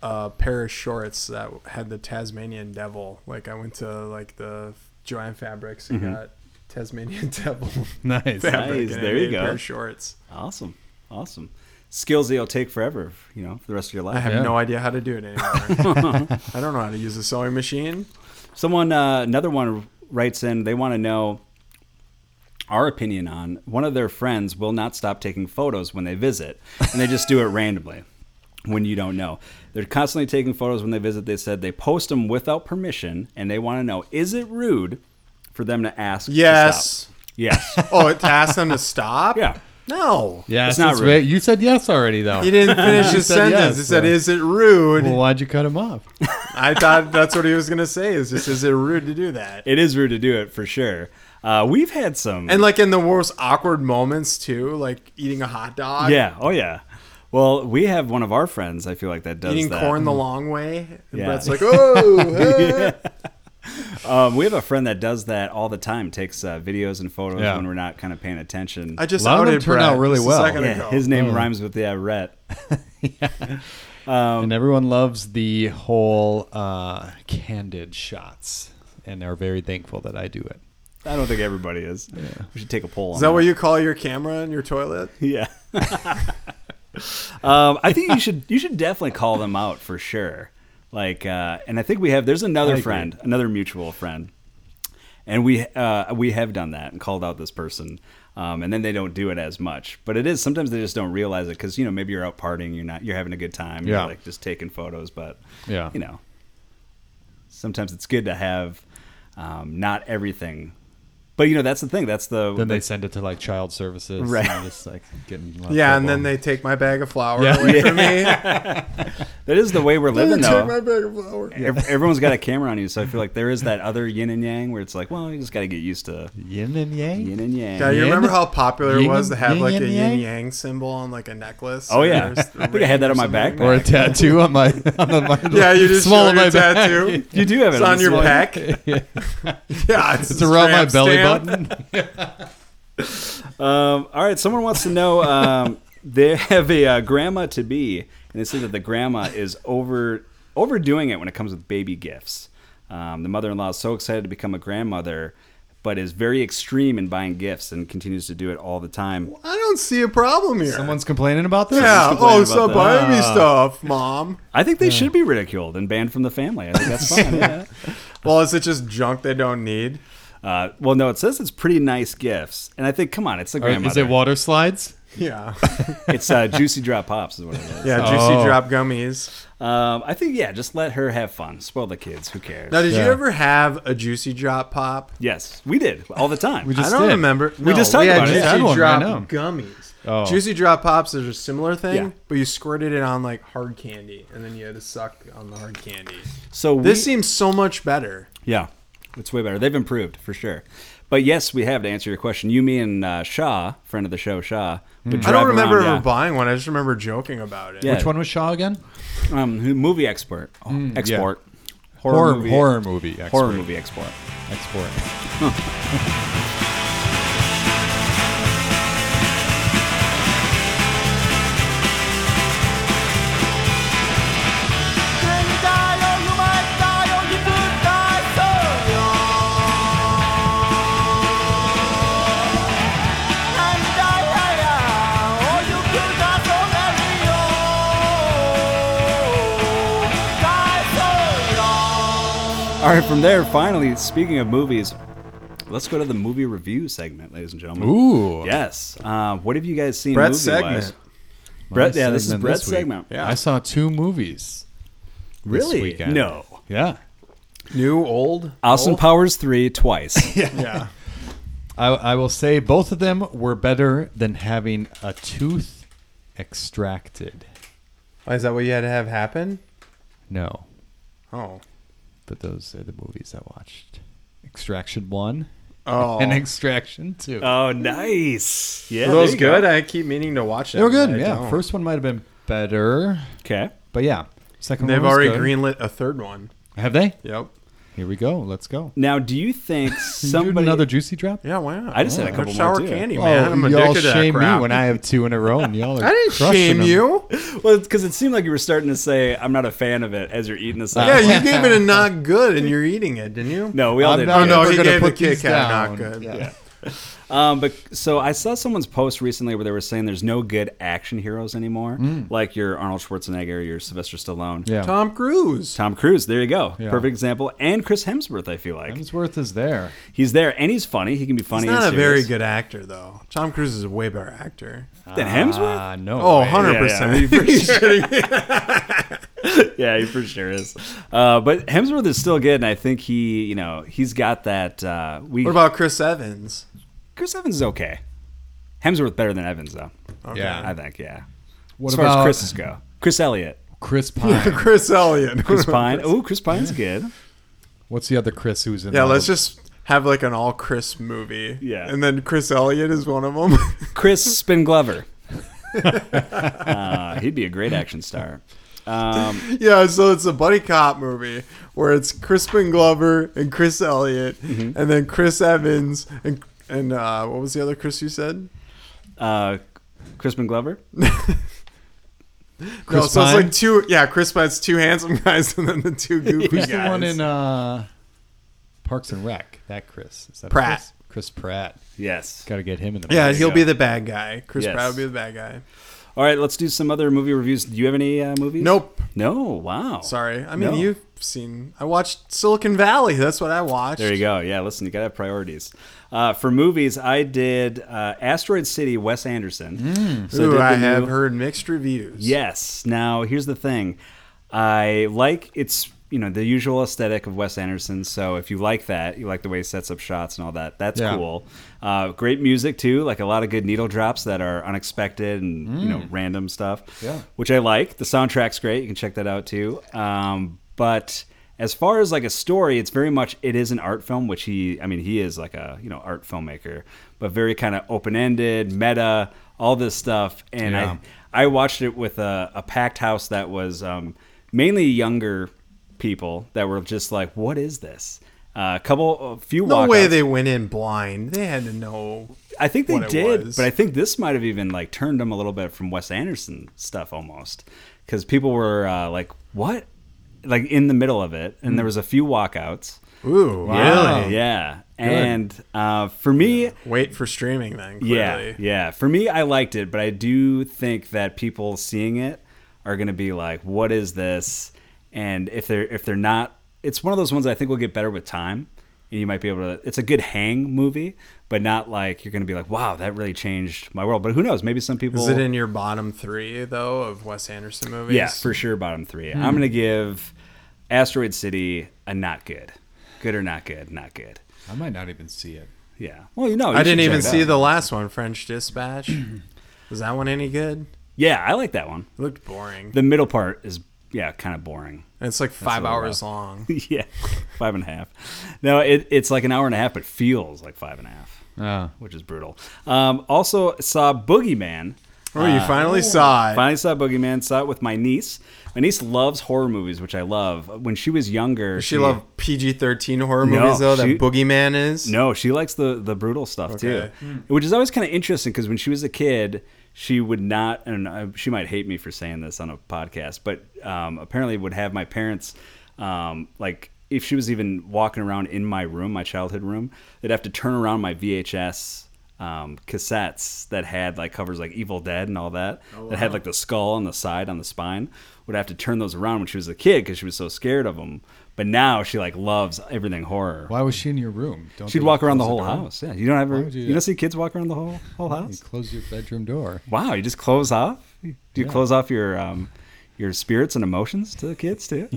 [SPEAKER 3] uh, a pair of shorts that had the Tasmanian devil. Like I went to like the Joann Fabrics and got Tasmanian *laughs* devil
[SPEAKER 4] *laughs*
[SPEAKER 3] fabric.
[SPEAKER 4] Nice.
[SPEAKER 2] Mm-hmm. Nice,
[SPEAKER 3] and I
[SPEAKER 2] there you
[SPEAKER 3] made a pair
[SPEAKER 2] go.
[SPEAKER 3] of shorts.
[SPEAKER 2] Awesome. Awesome. Skills that you'll take forever, you know, for the rest of your
[SPEAKER 3] I
[SPEAKER 2] life.
[SPEAKER 3] have
[SPEAKER 4] Yeah.
[SPEAKER 3] no idea how to do it anymore.
[SPEAKER 2] *laughs*
[SPEAKER 3] I don't know how to use a sewing machine.
[SPEAKER 2] Someone, uh, another one writes in, they want to know our opinion on one of their friends will not stop taking photos when they visit, and they just do it randomly when you don't know. They're constantly taking photos when they visit. They said they post them without permission, and they want to know is it rude for them to ask? to stop?
[SPEAKER 3] Yes.
[SPEAKER 2] Yes.
[SPEAKER 3] *laughs* Oh, it asked them to stop.
[SPEAKER 2] Yeah.
[SPEAKER 3] No.
[SPEAKER 4] Yes,
[SPEAKER 2] It's not
[SPEAKER 4] that's
[SPEAKER 2] rude.
[SPEAKER 4] right. You said yes already, though.
[SPEAKER 3] He didn't finish his
[SPEAKER 4] said
[SPEAKER 3] sentence.
[SPEAKER 4] yes,
[SPEAKER 3] he said,
[SPEAKER 4] though.
[SPEAKER 3] "Is it rude?"
[SPEAKER 4] *laughs* Well, why'd you cut him off?
[SPEAKER 3] I thought that's what he was gonna say. Is just, "Is it rude to do that?"
[SPEAKER 2] it is rude to do it for sure. Uh, we've had some.
[SPEAKER 3] And like in the worst awkward moments too, like eating a hot dog,
[SPEAKER 2] yeah. Oh, yeah. Well, we have one of our friends, I feel like, that does
[SPEAKER 3] eating
[SPEAKER 2] that.
[SPEAKER 3] corn the
[SPEAKER 4] Mm-hmm.
[SPEAKER 3] long way. And
[SPEAKER 2] Yeah.
[SPEAKER 3] Brett's like,
[SPEAKER 4] *laughs*
[SPEAKER 3] "Oh, hey."
[SPEAKER 2] Um, we have a friend that does that all the time. Takes uh, videos and photos
[SPEAKER 4] Yeah.
[SPEAKER 2] when we're not kind of paying attention.
[SPEAKER 3] I just
[SPEAKER 4] A lot of them
[SPEAKER 3] outed
[SPEAKER 4] turn
[SPEAKER 3] Brett
[SPEAKER 4] out really
[SPEAKER 3] just a
[SPEAKER 4] well.
[SPEAKER 3] second
[SPEAKER 2] yeah,
[SPEAKER 3] ago.
[SPEAKER 2] his name rhymes with yeah, Rhett. *laughs*
[SPEAKER 4] and everyone loves the whole uh, candid shots, and are very thankful that I do it.
[SPEAKER 2] I don't think everybody is. We should take a poll.
[SPEAKER 3] Is that what you call your camera in your
[SPEAKER 4] *laughs*
[SPEAKER 3] toilet?
[SPEAKER 2] Yeah. *laughs* um, I think you should you should definitely call them out for sure. Like, uh, and I think we have. There's another
[SPEAKER 4] agree.
[SPEAKER 2] friend, another mutual friend, and we uh, we have done that and called out this person. Um, and then they don't do it as much, but it is sometimes they just don't realize it because you know maybe you're out partying, you're not, you're having a good time,
[SPEAKER 4] Yeah.
[SPEAKER 2] you're like just taking photos, but
[SPEAKER 4] Yeah.
[SPEAKER 2] you know, sometimes it's good to have um, not everything, but you know that's the thing, that's the
[SPEAKER 4] Then they send it to like child services,
[SPEAKER 2] Right.
[SPEAKER 4] And I'm just like getting lots
[SPEAKER 3] Yeah,
[SPEAKER 4] of
[SPEAKER 3] and then
[SPEAKER 4] them.
[SPEAKER 3] they take my bag of flour
[SPEAKER 4] Yeah.
[SPEAKER 3] away from
[SPEAKER 4] *laughs*
[SPEAKER 3] me. They
[SPEAKER 2] that is the way we're living though.
[SPEAKER 3] take my bag of flour.
[SPEAKER 2] Ev- Everyone's got a camera on you, so I feel like there is that other yin and yang where it's like, well, you just got to get used to
[SPEAKER 4] yin and yang.
[SPEAKER 2] yin and yang.
[SPEAKER 3] Yeah, you
[SPEAKER 4] Yin-
[SPEAKER 3] remember how popular it
[SPEAKER 4] yin
[SPEAKER 3] was to
[SPEAKER 4] and-
[SPEAKER 3] have
[SPEAKER 4] yin
[SPEAKER 3] like
[SPEAKER 4] and
[SPEAKER 3] a yin
[SPEAKER 4] yang?
[SPEAKER 3] yang symbol on like a necklace?
[SPEAKER 2] Oh,
[SPEAKER 3] or
[SPEAKER 2] yeah.
[SPEAKER 3] s-
[SPEAKER 2] *laughs* I think I had that on my
[SPEAKER 3] something?
[SPEAKER 2] backpack.
[SPEAKER 4] or a tattoo on my *laughs* on the, my
[SPEAKER 3] Yeah, you just
[SPEAKER 4] small
[SPEAKER 3] show
[SPEAKER 4] of
[SPEAKER 3] your
[SPEAKER 4] my back. *laughs*
[SPEAKER 3] tattoo.
[SPEAKER 2] You do have it
[SPEAKER 3] It's on your
[SPEAKER 2] this one. *laughs*
[SPEAKER 3] back.
[SPEAKER 4] Yeah.
[SPEAKER 3] *laughs* Yeah,
[SPEAKER 4] It's around my
[SPEAKER 3] tramp
[SPEAKER 4] belly
[SPEAKER 3] stamp. *laughs*
[SPEAKER 4] button.
[SPEAKER 2] Um, all right, someone wants to know. Um, *laughs* they have a uh, grandma to be, and they say that the grandma is over overdoing it when it comes with baby gifts. Um, the mother-in-law is so excited to become a grandmother, but is very extreme in buying gifts and continues to do it all the time.
[SPEAKER 3] I don't see a problem here.
[SPEAKER 4] Someone's *laughs* complaining about this.
[SPEAKER 3] yeah.
[SPEAKER 2] complaining
[SPEAKER 3] Oh,
[SPEAKER 2] about
[SPEAKER 3] stop
[SPEAKER 2] that.
[SPEAKER 3] buying me stuff, mom.
[SPEAKER 2] I think they should be ridiculed and banned from the family. I think that's fine. yeah.
[SPEAKER 3] Well, is it just junk they don't need?
[SPEAKER 2] Uh, well, no, it says it's pretty nice gifts, and I think, come on, it's the
[SPEAKER 4] Or
[SPEAKER 2] grandmother.
[SPEAKER 4] is it water slides?
[SPEAKER 3] Yeah.
[SPEAKER 2] It's uh, juicy drop pops is what it is.
[SPEAKER 3] *laughs* Yeah. Juicy
[SPEAKER 4] Oh.
[SPEAKER 3] drop gummies.
[SPEAKER 2] Um, I think yeah, just let her have fun. Spoil the kids. Who cares?
[SPEAKER 3] Now, did
[SPEAKER 4] Yeah.
[SPEAKER 3] you ever have a juicy drop pop?
[SPEAKER 2] yes, we did all the time.
[SPEAKER 4] We just-
[SPEAKER 3] I don't
[SPEAKER 4] did.
[SPEAKER 3] remember.
[SPEAKER 2] We just talked
[SPEAKER 3] had
[SPEAKER 2] about it.
[SPEAKER 3] Juicy
[SPEAKER 4] I had one right
[SPEAKER 3] drop
[SPEAKER 4] now.
[SPEAKER 3] gummies.
[SPEAKER 4] Oh.
[SPEAKER 3] Juicy drop pops is a similar thing,
[SPEAKER 2] Yeah.
[SPEAKER 3] but you squirted it on like hard candy, and then you had to suck on the hard candy.
[SPEAKER 2] so we,
[SPEAKER 3] This seems so much better.
[SPEAKER 2] yeah, it's way better. They've improved for sure. But yes, we have to answer your question. You, me, and uh, Shaw, friend of the show, Shaw. would
[SPEAKER 3] I don't
[SPEAKER 2] drive
[SPEAKER 3] remember
[SPEAKER 2] around,
[SPEAKER 3] ever
[SPEAKER 2] yeah.
[SPEAKER 3] buying one. I just remember joking about it.
[SPEAKER 2] Yeah.
[SPEAKER 4] Which one was Shaw again?
[SPEAKER 2] um, who- movie expert, Oh, export, horror,
[SPEAKER 4] horror
[SPEAKER 2] movie,
[SPEAKER 4] horror movie expert.
[SPEAKER 2] horror movie export.
[SPEAKER 4] export.
[SPEAKER 2] All right, from there, finally, speaking of movies, let's go to the movie review segment, ladies and gentlemen.
[SPEAKER 4] Ooh.
[SPEAKER 2] Yes. Uh, what have you guys seen?
[SPEAKER 3] Brett's
[SPEAKER 2] movie-wise?
[SPEAKER 3] segment.
[SPEAKER 2] Brett, yeah, this is
[SPEAKER 4] segment
[SPEAKER 2] Brett's
[SPEAKER 4] week.
[SPEAKER 2] segment.
[SPEAKER 3] Yeah.
[SPEAKER 4] I saw two movies. this
[SPEAKER 2] Really?
[SPEAKER 4] weekend.
[SPEAKER 2] No.
[SPEAKER 4] Yeah.
[SPEAKER 3] New, old,
[SPEAKER 2] Austin
[SPEAKER 3] old?
[SPEAKER 2] Powers three twice.
[SPEAKER 3] Yeah.
[SPEAKER 4] I, I will say both of them were better than having a tooth extracted.
[SPEAKER 3] Oh, Is that what you had to have happen?
[SPEAKER 4] No,
[SPEAKER 3] Oh.
[SPEAKER 4] but those are the movies I watched. Extraction one
[SPEAKER 3] Oh.
[SPEAKER 4] and Extraction two.
[SPEAKER 2] *laughs* Oh, nice. Yeah,
[SPEAKER 3] Were those
[SPEAKER 2] there you go.
[SPEAKER 3] good? I keep meaning to watch them.
[SPEAKER 4] they were good.
[SPEAKER 3] but I
[SPEAKER 4] yeah,
[SPEAKER 3] don't.
[SPEAKER 4] first one might have been better,
[SPEAKER 2] Okay.
[SPEAKER 4] but yeah, second
[SPEAKER 3] They've
[SPEAKER 4] one. was
[SPEAKER 3] already
[SPEAKER 4] good.
[SPEAKER 3] greenlit a third one.
[SPEAKER 4] Have they?
[SPEAKER 3] Yep.
[SPEAKER 4] Here we go. Let's go.
[SPEAKER 2] Now, do you think
[SPEAKER 4] Somebody,
[SPEAKER 2] somebody
[SPEAKER 4] another juicy drop.
[SPEAKER 3] Yeah, why not?
[SPEAKER 2] I just had a
[SPEAKER 3] They're
[SPEAKER 2] couple more,
[SPEAKER 3] sour
[SPEAKER 2] too.
[SPEAKER 3] candy,
[SPEAKER 4] Oh,
[SPEAKER 3] man. I'm
[SPEAKER 4] y'all
[SPEAKER 3] addicted to that
[SPEAKER 4] shame
[SPEAKER 3] crap.
[SPEAKER 4] me when I have two in a row, and y'all are.
[SPEAKER 3] *laughs* I didn't
[SPEAKER 4] crushing
[SPEAKER 3] shame
[SPEAKER 4] them.
[SPEAKER 3] you.
[SPEAKER 2] *laughs* Well, it's because it seemed like you were starting to say, "I'm not a fan of it" as you're eating this.
[SPEAKER 3] Yeah, you gave it a not good, and you're eating it, didn't you?
[SPEAKER 2] No, we all
[SPEAKER 4] I'm
[SPEAKER 2] did.
[SPEAKER 4] not Oh,
[SPEAKER 2] good.
[SPEAKER 3] Oh, no,
[SPEAKER 4] ever
[SPEAKER 3] he
[SPEAKER 4] gonna
[SPEAKER 3] gave
[SPEAKER 4] put
[SPEAKER 3] the
[SPEAKER 4] these
[SPEAKER 3] Kit Kat not
[SPEAKER 4] down.
[SPEAKER 3] good.
[SPEAKER 4] Yeah.
[SPEAKER 3] Yeah.
[SPEAKER 2] Um, but so I saw someone's post recently where they were saying there's no good action heroes anymore, like your Arnold Schwarzenegger, or your Sylvester Stallone,
[SPEAKER 4] Yeah.
[SPEAKER 3] Tom Cruise.
[SPEAKER 2] Tom Cruise. There you go,
[SPEAKER 4] Yeah.
[SPEAKER 2] perfect example. And Chris Hemsworth, I feel like
[SPEAKER 4] Hemsworth is there.
[SPEAKER 2] he's there and he's funny. He can be funny.
[SPEAKER 3] He's not a
[SPEAKER 2] and
[SPEAKER 3] very
[SPEAKER 2] serious. Oh,
[SPEAKER 3] good actor, though. Tom Cruise is a way better actor.
[SPEAKER 2] than Hemsworth.
[SPEAKER 4] Ah, no.
[SPEAKER 3] Oh,
[SPEAKER 4] way.
[SPEAKER 2] *laughs*
[SPEAKER 3] 100%.
[SPEAKER 2] yeah, he for sure is. Uh, but Hemsworth is still good, and I think he, you know, he's got that. Uh, we
[SPEAKER 3] What about Chris Evans?
[SPEAKER 2] Chris Evans is okay. Hemsworth better than Evans though.
[SPEAKER 4] Yeah.
[SPEAKER 2] I think yeah.
[SPEAKER 4] What
[SPEAKER 2] as far
[SPEAKER 4] about
[SPEAKER 2] as Chris's go, Chris Elliott,
[SPEAKER 3] *laughs*
[SPEAKER 4] Chris Pine?
[SPEAKER 3] Chris Elliott.
[SPEAKER 2] Chris Pine. oh, Chris Pine's good.
[SPEAKER 4] What's the other Chris who's in?
[SPEAKER 3] *laughs* Yeah,
[SPEAKER 4] all
[SPEAKER 3] let's
[SPEAKER 4] the-
[SPEAKER 3] just have like an all Chris movie.
[SPEAKER 2] Yeah.
[SPEAKER 3] And then Chris Elliott is one of them.
[SPEAKER 2] Chris Spin Glover. uh, he'd be a great action star. Um,
[SPEAKER 3] *laughs* yeah, so it's a buddy cop movie where it's Crispin Glover and Chris Elliott
[SPEAKER 2] Mm-hmm.
[SPEAKER 3] and then Chris Evans and and uh, what was the other Chris you said?
[SPEAKER 2] uh, Crispin Glover.
[SPEAKER 3] no,
[SPEAKER 4] Chris
[SPEAKER 3] so it's
[SPEAKER 4] Pine?
[SPEAKER 3] like two yeah, Chris Pine's two handsome *laughs* guys and then the two goofy
[SPEAKER 4] Who's
[SPEAKER 3] guys.
[SPEAKER 4] the one in uh, Parks and Rec? That Chris. Is that
[SPEAKER 3] Pratt.
[SPEAKER 4] Chris? Chris Pratt.
[SPEAKER 2] Yes.
[SPEAKER 4] Got to get him in the.
[SPEAKER 3] yeah,
[SPEAKER 4] mix.
[SPEAKER 3] he'll be the bad guy. Chris
[SPEAKER 2] Yes.
[SPEAKER 3] Pratt will be the bad guy.
[SPEAKER 2] All right, let's do some other movie reviews. Do you have any uh, movies?
[SPEAKER 3] Nope.
[SPEAKER 2] No. Wow.
[SPEAKER 3] Sorry. I mean,
[SPEAKER 2] No.
[SPEAKER 3] you've seen. I watched Silicon Valley. That's what I watched.
[SPEAKER 2] There you go. Yeah, listen, you gotta have priorities. Uh, for movies, I did uh, Asteroid City, Wes Anderson. So I did
[SPEAKER 3] Mm. Ooh,
[SPEAKER 2] the
[SPEAKER 3] I have
[SPEAKER 2] new-
[SPEAKER 3] heard mixed reviews.
[SPEAKER 2] Yes. Now here's the thing. I like it's you know the usual aesthetic of Wes Anderson. So if you like that, you like the way he sets up shots and all that. That's
[SPEAKER 4] Yeah.
[SPEAKER 2] cool. Uh, great music too. Like a lot of good needle drops that are unexpected and you
[SPEAKER 3] Mm.
[SPEAKER 2] know random stuff.
[SPEAKER 4] Yeah.
[SPEAKER 2] Which I like. The soundtrack's great. You can check that out too. Um, but as far as like a story, it's very much it is an art film, which he I mean he is like a you know art filmmaker, but very kind of open ended, meta, all this stuff. And
[SPEAKER 4] Yeah.
[SPEAKER 2] I I watched it with a, a packed house that was um, mainly younger people that were just like, "What is this?" Uh, a couple, a few.
[SPEAKER 3] No way
[SPEAKER 2] walkouts.
[SPEAKER 3] they went in blind. They had to know.
[SPEAKER 2] I think they
[SPEAKER 3] what it
[SPEAKER 2] did,
[SPEAKER 3] was.
[SPEAKER 2] but I think this might have even like turned them a little bit from Wes Anderson stuff almost, because people were uh, like, "What?" Like in the middle of it, and there was a few walkouts.
[SPEAKER 3] Hmm. Ooh,
[SPEAKER 4] Wow.
[SPEAKER 3] really?
[SPEAKER 2] Yeah, and uh, for me,
[SPEAKER 3] Wait for streaming then. Clearly.
[SPEAKER 2] yeah, yeah. For me, I liked it, but I do think that people seeing it are going to be like, "What is this?" And if they're if they're not, it's one of those ones that I think will get better with time, and you might be able to. It's a good hang movie, but not like you're going to be like, "Wow, that really changed my world." But who knows? Maybe some people.
[SPEAKER 3] Is it in your bottom three though of Wes Anderson movies? Hmm.
[SPEAKER 2] yeah, for sure, bottom three. I'm going to give Asteroid City a not good, good or not good, not good.
[SPEAKER 4] I might not even see it.
[SPEAKER 2] Yeah. Well, you know, you
[SPEAKER 3] I
[SPEAKER 2] should
[SPEAKER 3] didn't
[SPEAKER 2] check
[SPEAKER 3] even
[SPEAKER 2] it
[SPEAKER 3] see
[SPEAKER 2] out.
[SPEAKER 3] the last one, French Dispatch. *clears throat* Was that one any good?
[SPEAKER 2] Yeah, I like that one.
[SPEAKER 3] It looked boring.
[SPEAKER 2] The middle part is yeah, kind of boring.
[SPEAKER 3] And it's like five
[SPEAKER 2] little
[SPEAKER 3] hours long.
[SPEAKER 2] *laughs* yeah, five and a half. No, it, it's like an hour and a half, but feels like five and a half,
[SPEAKER 4] Ah.
[SPEAKER 2] which is brutal. Um, also saw Boogeyman.
[SPEAKER 3] *laughs* Oh,
[SPEAKER 2] Uh,
[SPEAKER 3] you finally saw it.
[SPEAKER 2] Finally saw Boogeyman. Saw it with my niece. My niece loves horror movies, which I love. When she was younger,
[SPEAKER 3] Does she love PG thirteen horror
[SPEAKER 2] No,
[SPEAKER 3] movies though?
[SPEAKER 2] she-
[SPEAKER 3] that Boogeyman is.
[SPEAKER 2] No, she likes the the brutal stuff
[SPEAKER 3] Okay.
[SPEAKER 2] too, which is always kind of interesting because when she was a kid, she would not, and I, she might hate me for saying this on a podcast, but um, apparently would have my parents um, like. If she was even walking around in my room, my childhood room, they'd have to turn around my VHS um, cassettes that had like covers like Evil Dead and all that, that had like the skull on the side on the spine. Would have to turn those around when she was a kid because she was so scared of them. But now she like loves everything horror.
[SPEAKER 4] Why was she in your room? Don't
[SPEAKER 2] She'd
[SPEAKER 4] they
[SPEAKER 2] walk around the
[SPEAKER 4] close
[SPEAKER 2] whole
[SPEAKER 4] door?
[SPEAKER 2] house. Yeah, you don't ever.
[SPEAKER 4] would you
[SPEAKER 2] You,
[SPEAKER 4] do
[SPEAKER 2] don't
[SPEAKER 4] that?
[SPEAKER 2] see kids walk around the whole whole
[SPEAKER 4] You
[SPEAKER 2] house.
[SPEAKER 4] close your bedroom door.
[SPEAKER 2] Wow, you just
[SPEAKER 4] *laughs*
[SPEAKER 2] close off. Do you close off your um, your spirits and emotions to the kids too?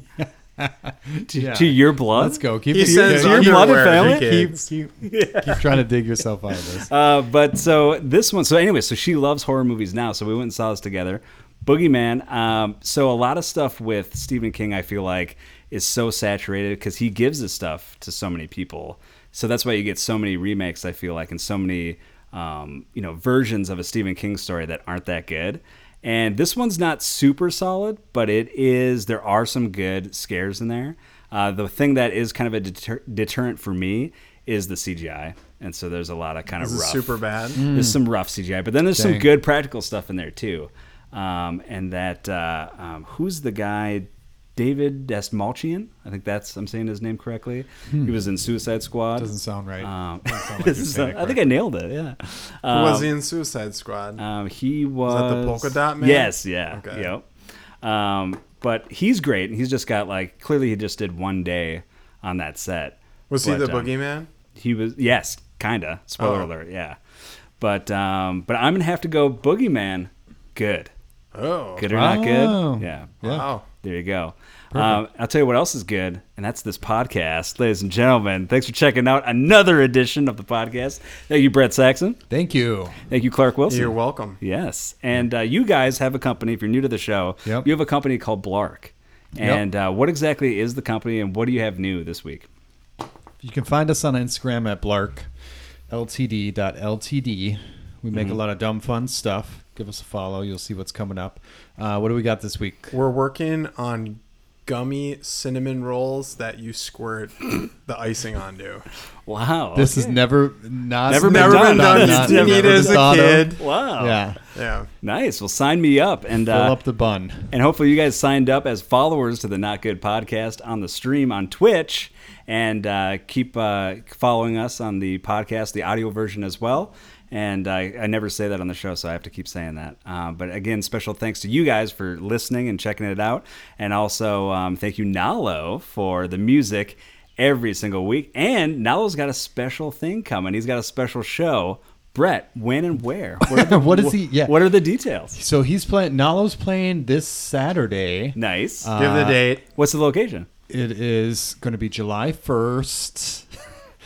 [SPEAKER 2] to,
[SPEAKER 4] Yeah.
[SPEAKER 2] to your blood.
[SPEAKER 4] Let's go. Keep,
[SPEAKER 3] He
[SPEAKER 4] keep,
[SPEAKER 3] says
[SPEAKER 2] your
[SPEAKER 4] keep,
[SPEAKER 2] blood
[SPEAKER 3] underwear
[SPEAKER 2] and
[SPEAKER 3] to
[SPEAKER 4] keep,
[SPEAKER 3] kids.
[SPEAKER 4] keep- keep trying to dig yourself out
[SPEAKER 3] *laughs*
[SPEAKER 4] of this.
[SPEAKER 2] Uh, but so this one. So anyway, so she loves horror movies now. So we went and saw this together. Boogeyman. Um, so a lot of stuff with Stephen King, I feel like, is so saturated because he gives this stuff to so many people. So that's why you get so many remakes. I feel like, and so many um, you know versions of a Stephen King story that aren't that good. And this one's not super solid, but it is. There are some good scares in there. Uh, the thing that is kind of a deter- deterrent for me is the CGI, and so there's a lot of kind of
[SPEAKER 3] This is
[SPEAKER 2] rough.
[SPEAKER 3] super bad.
[SPEAKER 2] There's some rough CGI, but then there's some
[SPEAKER 4] Dang.
[SPEAKER 2] good practical stuff in there too. Um, and that uh, um, who's the guy? David Desmalchian, I think that's I'm saying his name correctly.
[SPEAKER 3] Hmm.
[SPEAKER 2] He was in Suicide Squad.
[SPEAKER 4] Doesn't sound right.
[SPEAKER 2] Um, *laughs*
[SPEAKER 4] sound like
[SPEAKER 2] this
[SPEAKER 4] you're
[SPEAKER 2] is-
[SPEAKER 4] saying it
[SPEAKER 2] I think I nailed it. Yeah.
[SPEAKER 3] Who
[SPEAKER 2] Um,
[SPEAKER 3] was he in Suicide Squad?
[SPEAKER 2] um, he was.
[SPEAKER 3] that the polka dot man?
[SPEAKER 2] Yes, yeah.
[SPEAKER 3] Okay.
[SPEAKER 2] Yep. Um, but he's great, and he's just got like clearly he just did one day on that set.
[SPEAKER 3] was he
[SPEAKER 2] But,
[SPEAKER 3] the
[SPEAKER 2] um,
[SPEAKER 3] boogeyman?
[SPEAKER 2] He was yes, kinda. Spoiler
[SPEAKER 3] Oh.
[SPEAKER 2] alert, yeah. But um, but I'm gonna have to go Boogeyman. Good,
[SPEAKER 3] Oh,
[SPEAKER 2] good or not
[SPEAKER 4] Wow.
[SPEAKER 2] good? Yeah,
[SPEAKER 4] Yeah.
[SPEAKER 3] wow.
[SPEAKER 2] there you go. Um, I'll tell you what else is good, and that's this podcast, ladies and gentlemen. Thanks for checking out another edition of the podcast. Thank you, Brett Saxon.
[SPEAKER 4] Thank you.
[SPEAKER 2] Thank you, Clark Wilson.
[SPEAKER 3] You're welcome.
[SPEAKER 2] Yes, and uh, you guys have a company. If you're new to the show,
[SPEAKER 4] Yep.
[SPEAKER 2] you have a company called Blark. And uh, what exactly is the company, and what do you have new this week?
[SPEAKER 4] You can find us on Instagram at blark, ltd.ltd. We make a
[SPEAKER 2] Mm-hmm.
[SPEAKER 4] lot of dumb fun stuff. Give us a follow. You'll see what's coming up. Uh, what do we got this week?
[SPEAKER 3] We're working on gummy cinnamon rolls that
[SPEAKER 2] *coughs*
[SPEAKER 3] you squirt the icing onto.
[SPEAKER 2] Wow,
[SPEAKER 4] This has never not
[SPEAKER 2] Never been Never done. been done.
[SPEAKER 4] Not-
[SPEAKER 2] You didn't
[SPEAKER 4] never
[SPEAKER 2] eat it
[SPEAKER 4] been
[SPEAKER 2] as
[SPEAKER 3] a
[SPEAKER 4] thought of.
[SPEAKER 3] kid.
[SPEAKER 2] wow,
[SPEAKER 4] Yeah,
[SPEAKER 3] Yeah.
[SPEAKER 2] nice. Well, sign me up, and
[SPEAKER 4] fill
[SPEAKER 2] uh,
[SPEAKER 4] up the bun.
[SPEAKER 2] and hopefully you guys signed up as followers to the Not Good Podcast on the stream on Twitch, and uh, keep uh, following us on the podcast, the audio version as well. And I, I never say that on the show, so I have to keep saying that. Um, but again, special thanks to you guys for listening and checking it out, and also um, thank you Nalo for the music every single week. And Nalo's got a special thing coming. He's got a special show. Brett, when and where? What, are the-
[SPEAKER 4] *laughs* What is he- yeah.
[SPEAKER 2] What are the details?
[SPEAKER 4] So he's playing. Nalo's playing this Saturday.
[SPEAKER 2] Nice.
[SPEAKER 4] Uh,
[SPEAKER 3] Give the date.
[SPEAKER 2] What's the location?
[SPEAKER 4] It is going to be July first. Um,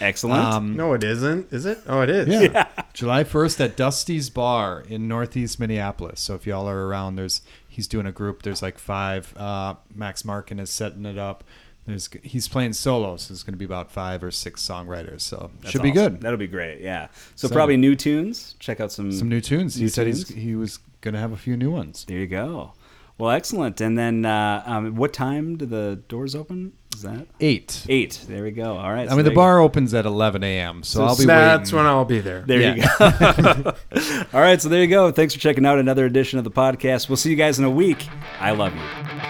[SPEAKER 2] Excellent.
[SPEAKER 3] No, it isn't. Is it? Oh, it is.
[SPEAKER 4] Yeah. July 1st at Dusty's Bar in Northeast Minneapolis. So if y'all are around, there's he's doing a group. There's like five. Uh, Max Markin is setting it up. There's he's playing solo, so it's going to be about five or six songwriters. So
[SPEAKER 2] That's
[SPEAKER 4] should be
[SPEAKER 2] awesome.
[SPEAKER 4] good.
[SPEAKER 2] That'll be great. Yeah. So,
[SPEAKER 4] So-
[SPEAKER 2] probably new tunes. Check out some
[SPEAKER 4] Some new tunes. He
[SPEAKER 2] New
[SPEAKER 4] said he's,
[SPEAKER 2] tunes.
[SPEAKER 4] he was going to have a few new ones.
[SPEAKER 2] There you go. Well, excellent. And then, uh, um, what time do the doors open? Is that
[SPEAKER 4] Eight.
[SPEAKER 2] eight? There we go. All right.
[SPEAKER 4] I mean, the bar opens at 11 a.m. So, I'll be
[SPEAKER 3] that's
[SPEAKER 4] waiting.
[SPEAKER 3] when I'll be there.
[SPEAKER 2] There you go. *laughs* All right. So there you go. Thanks for checking out another edition of the podcast. We'll see you guys in a week. I love you.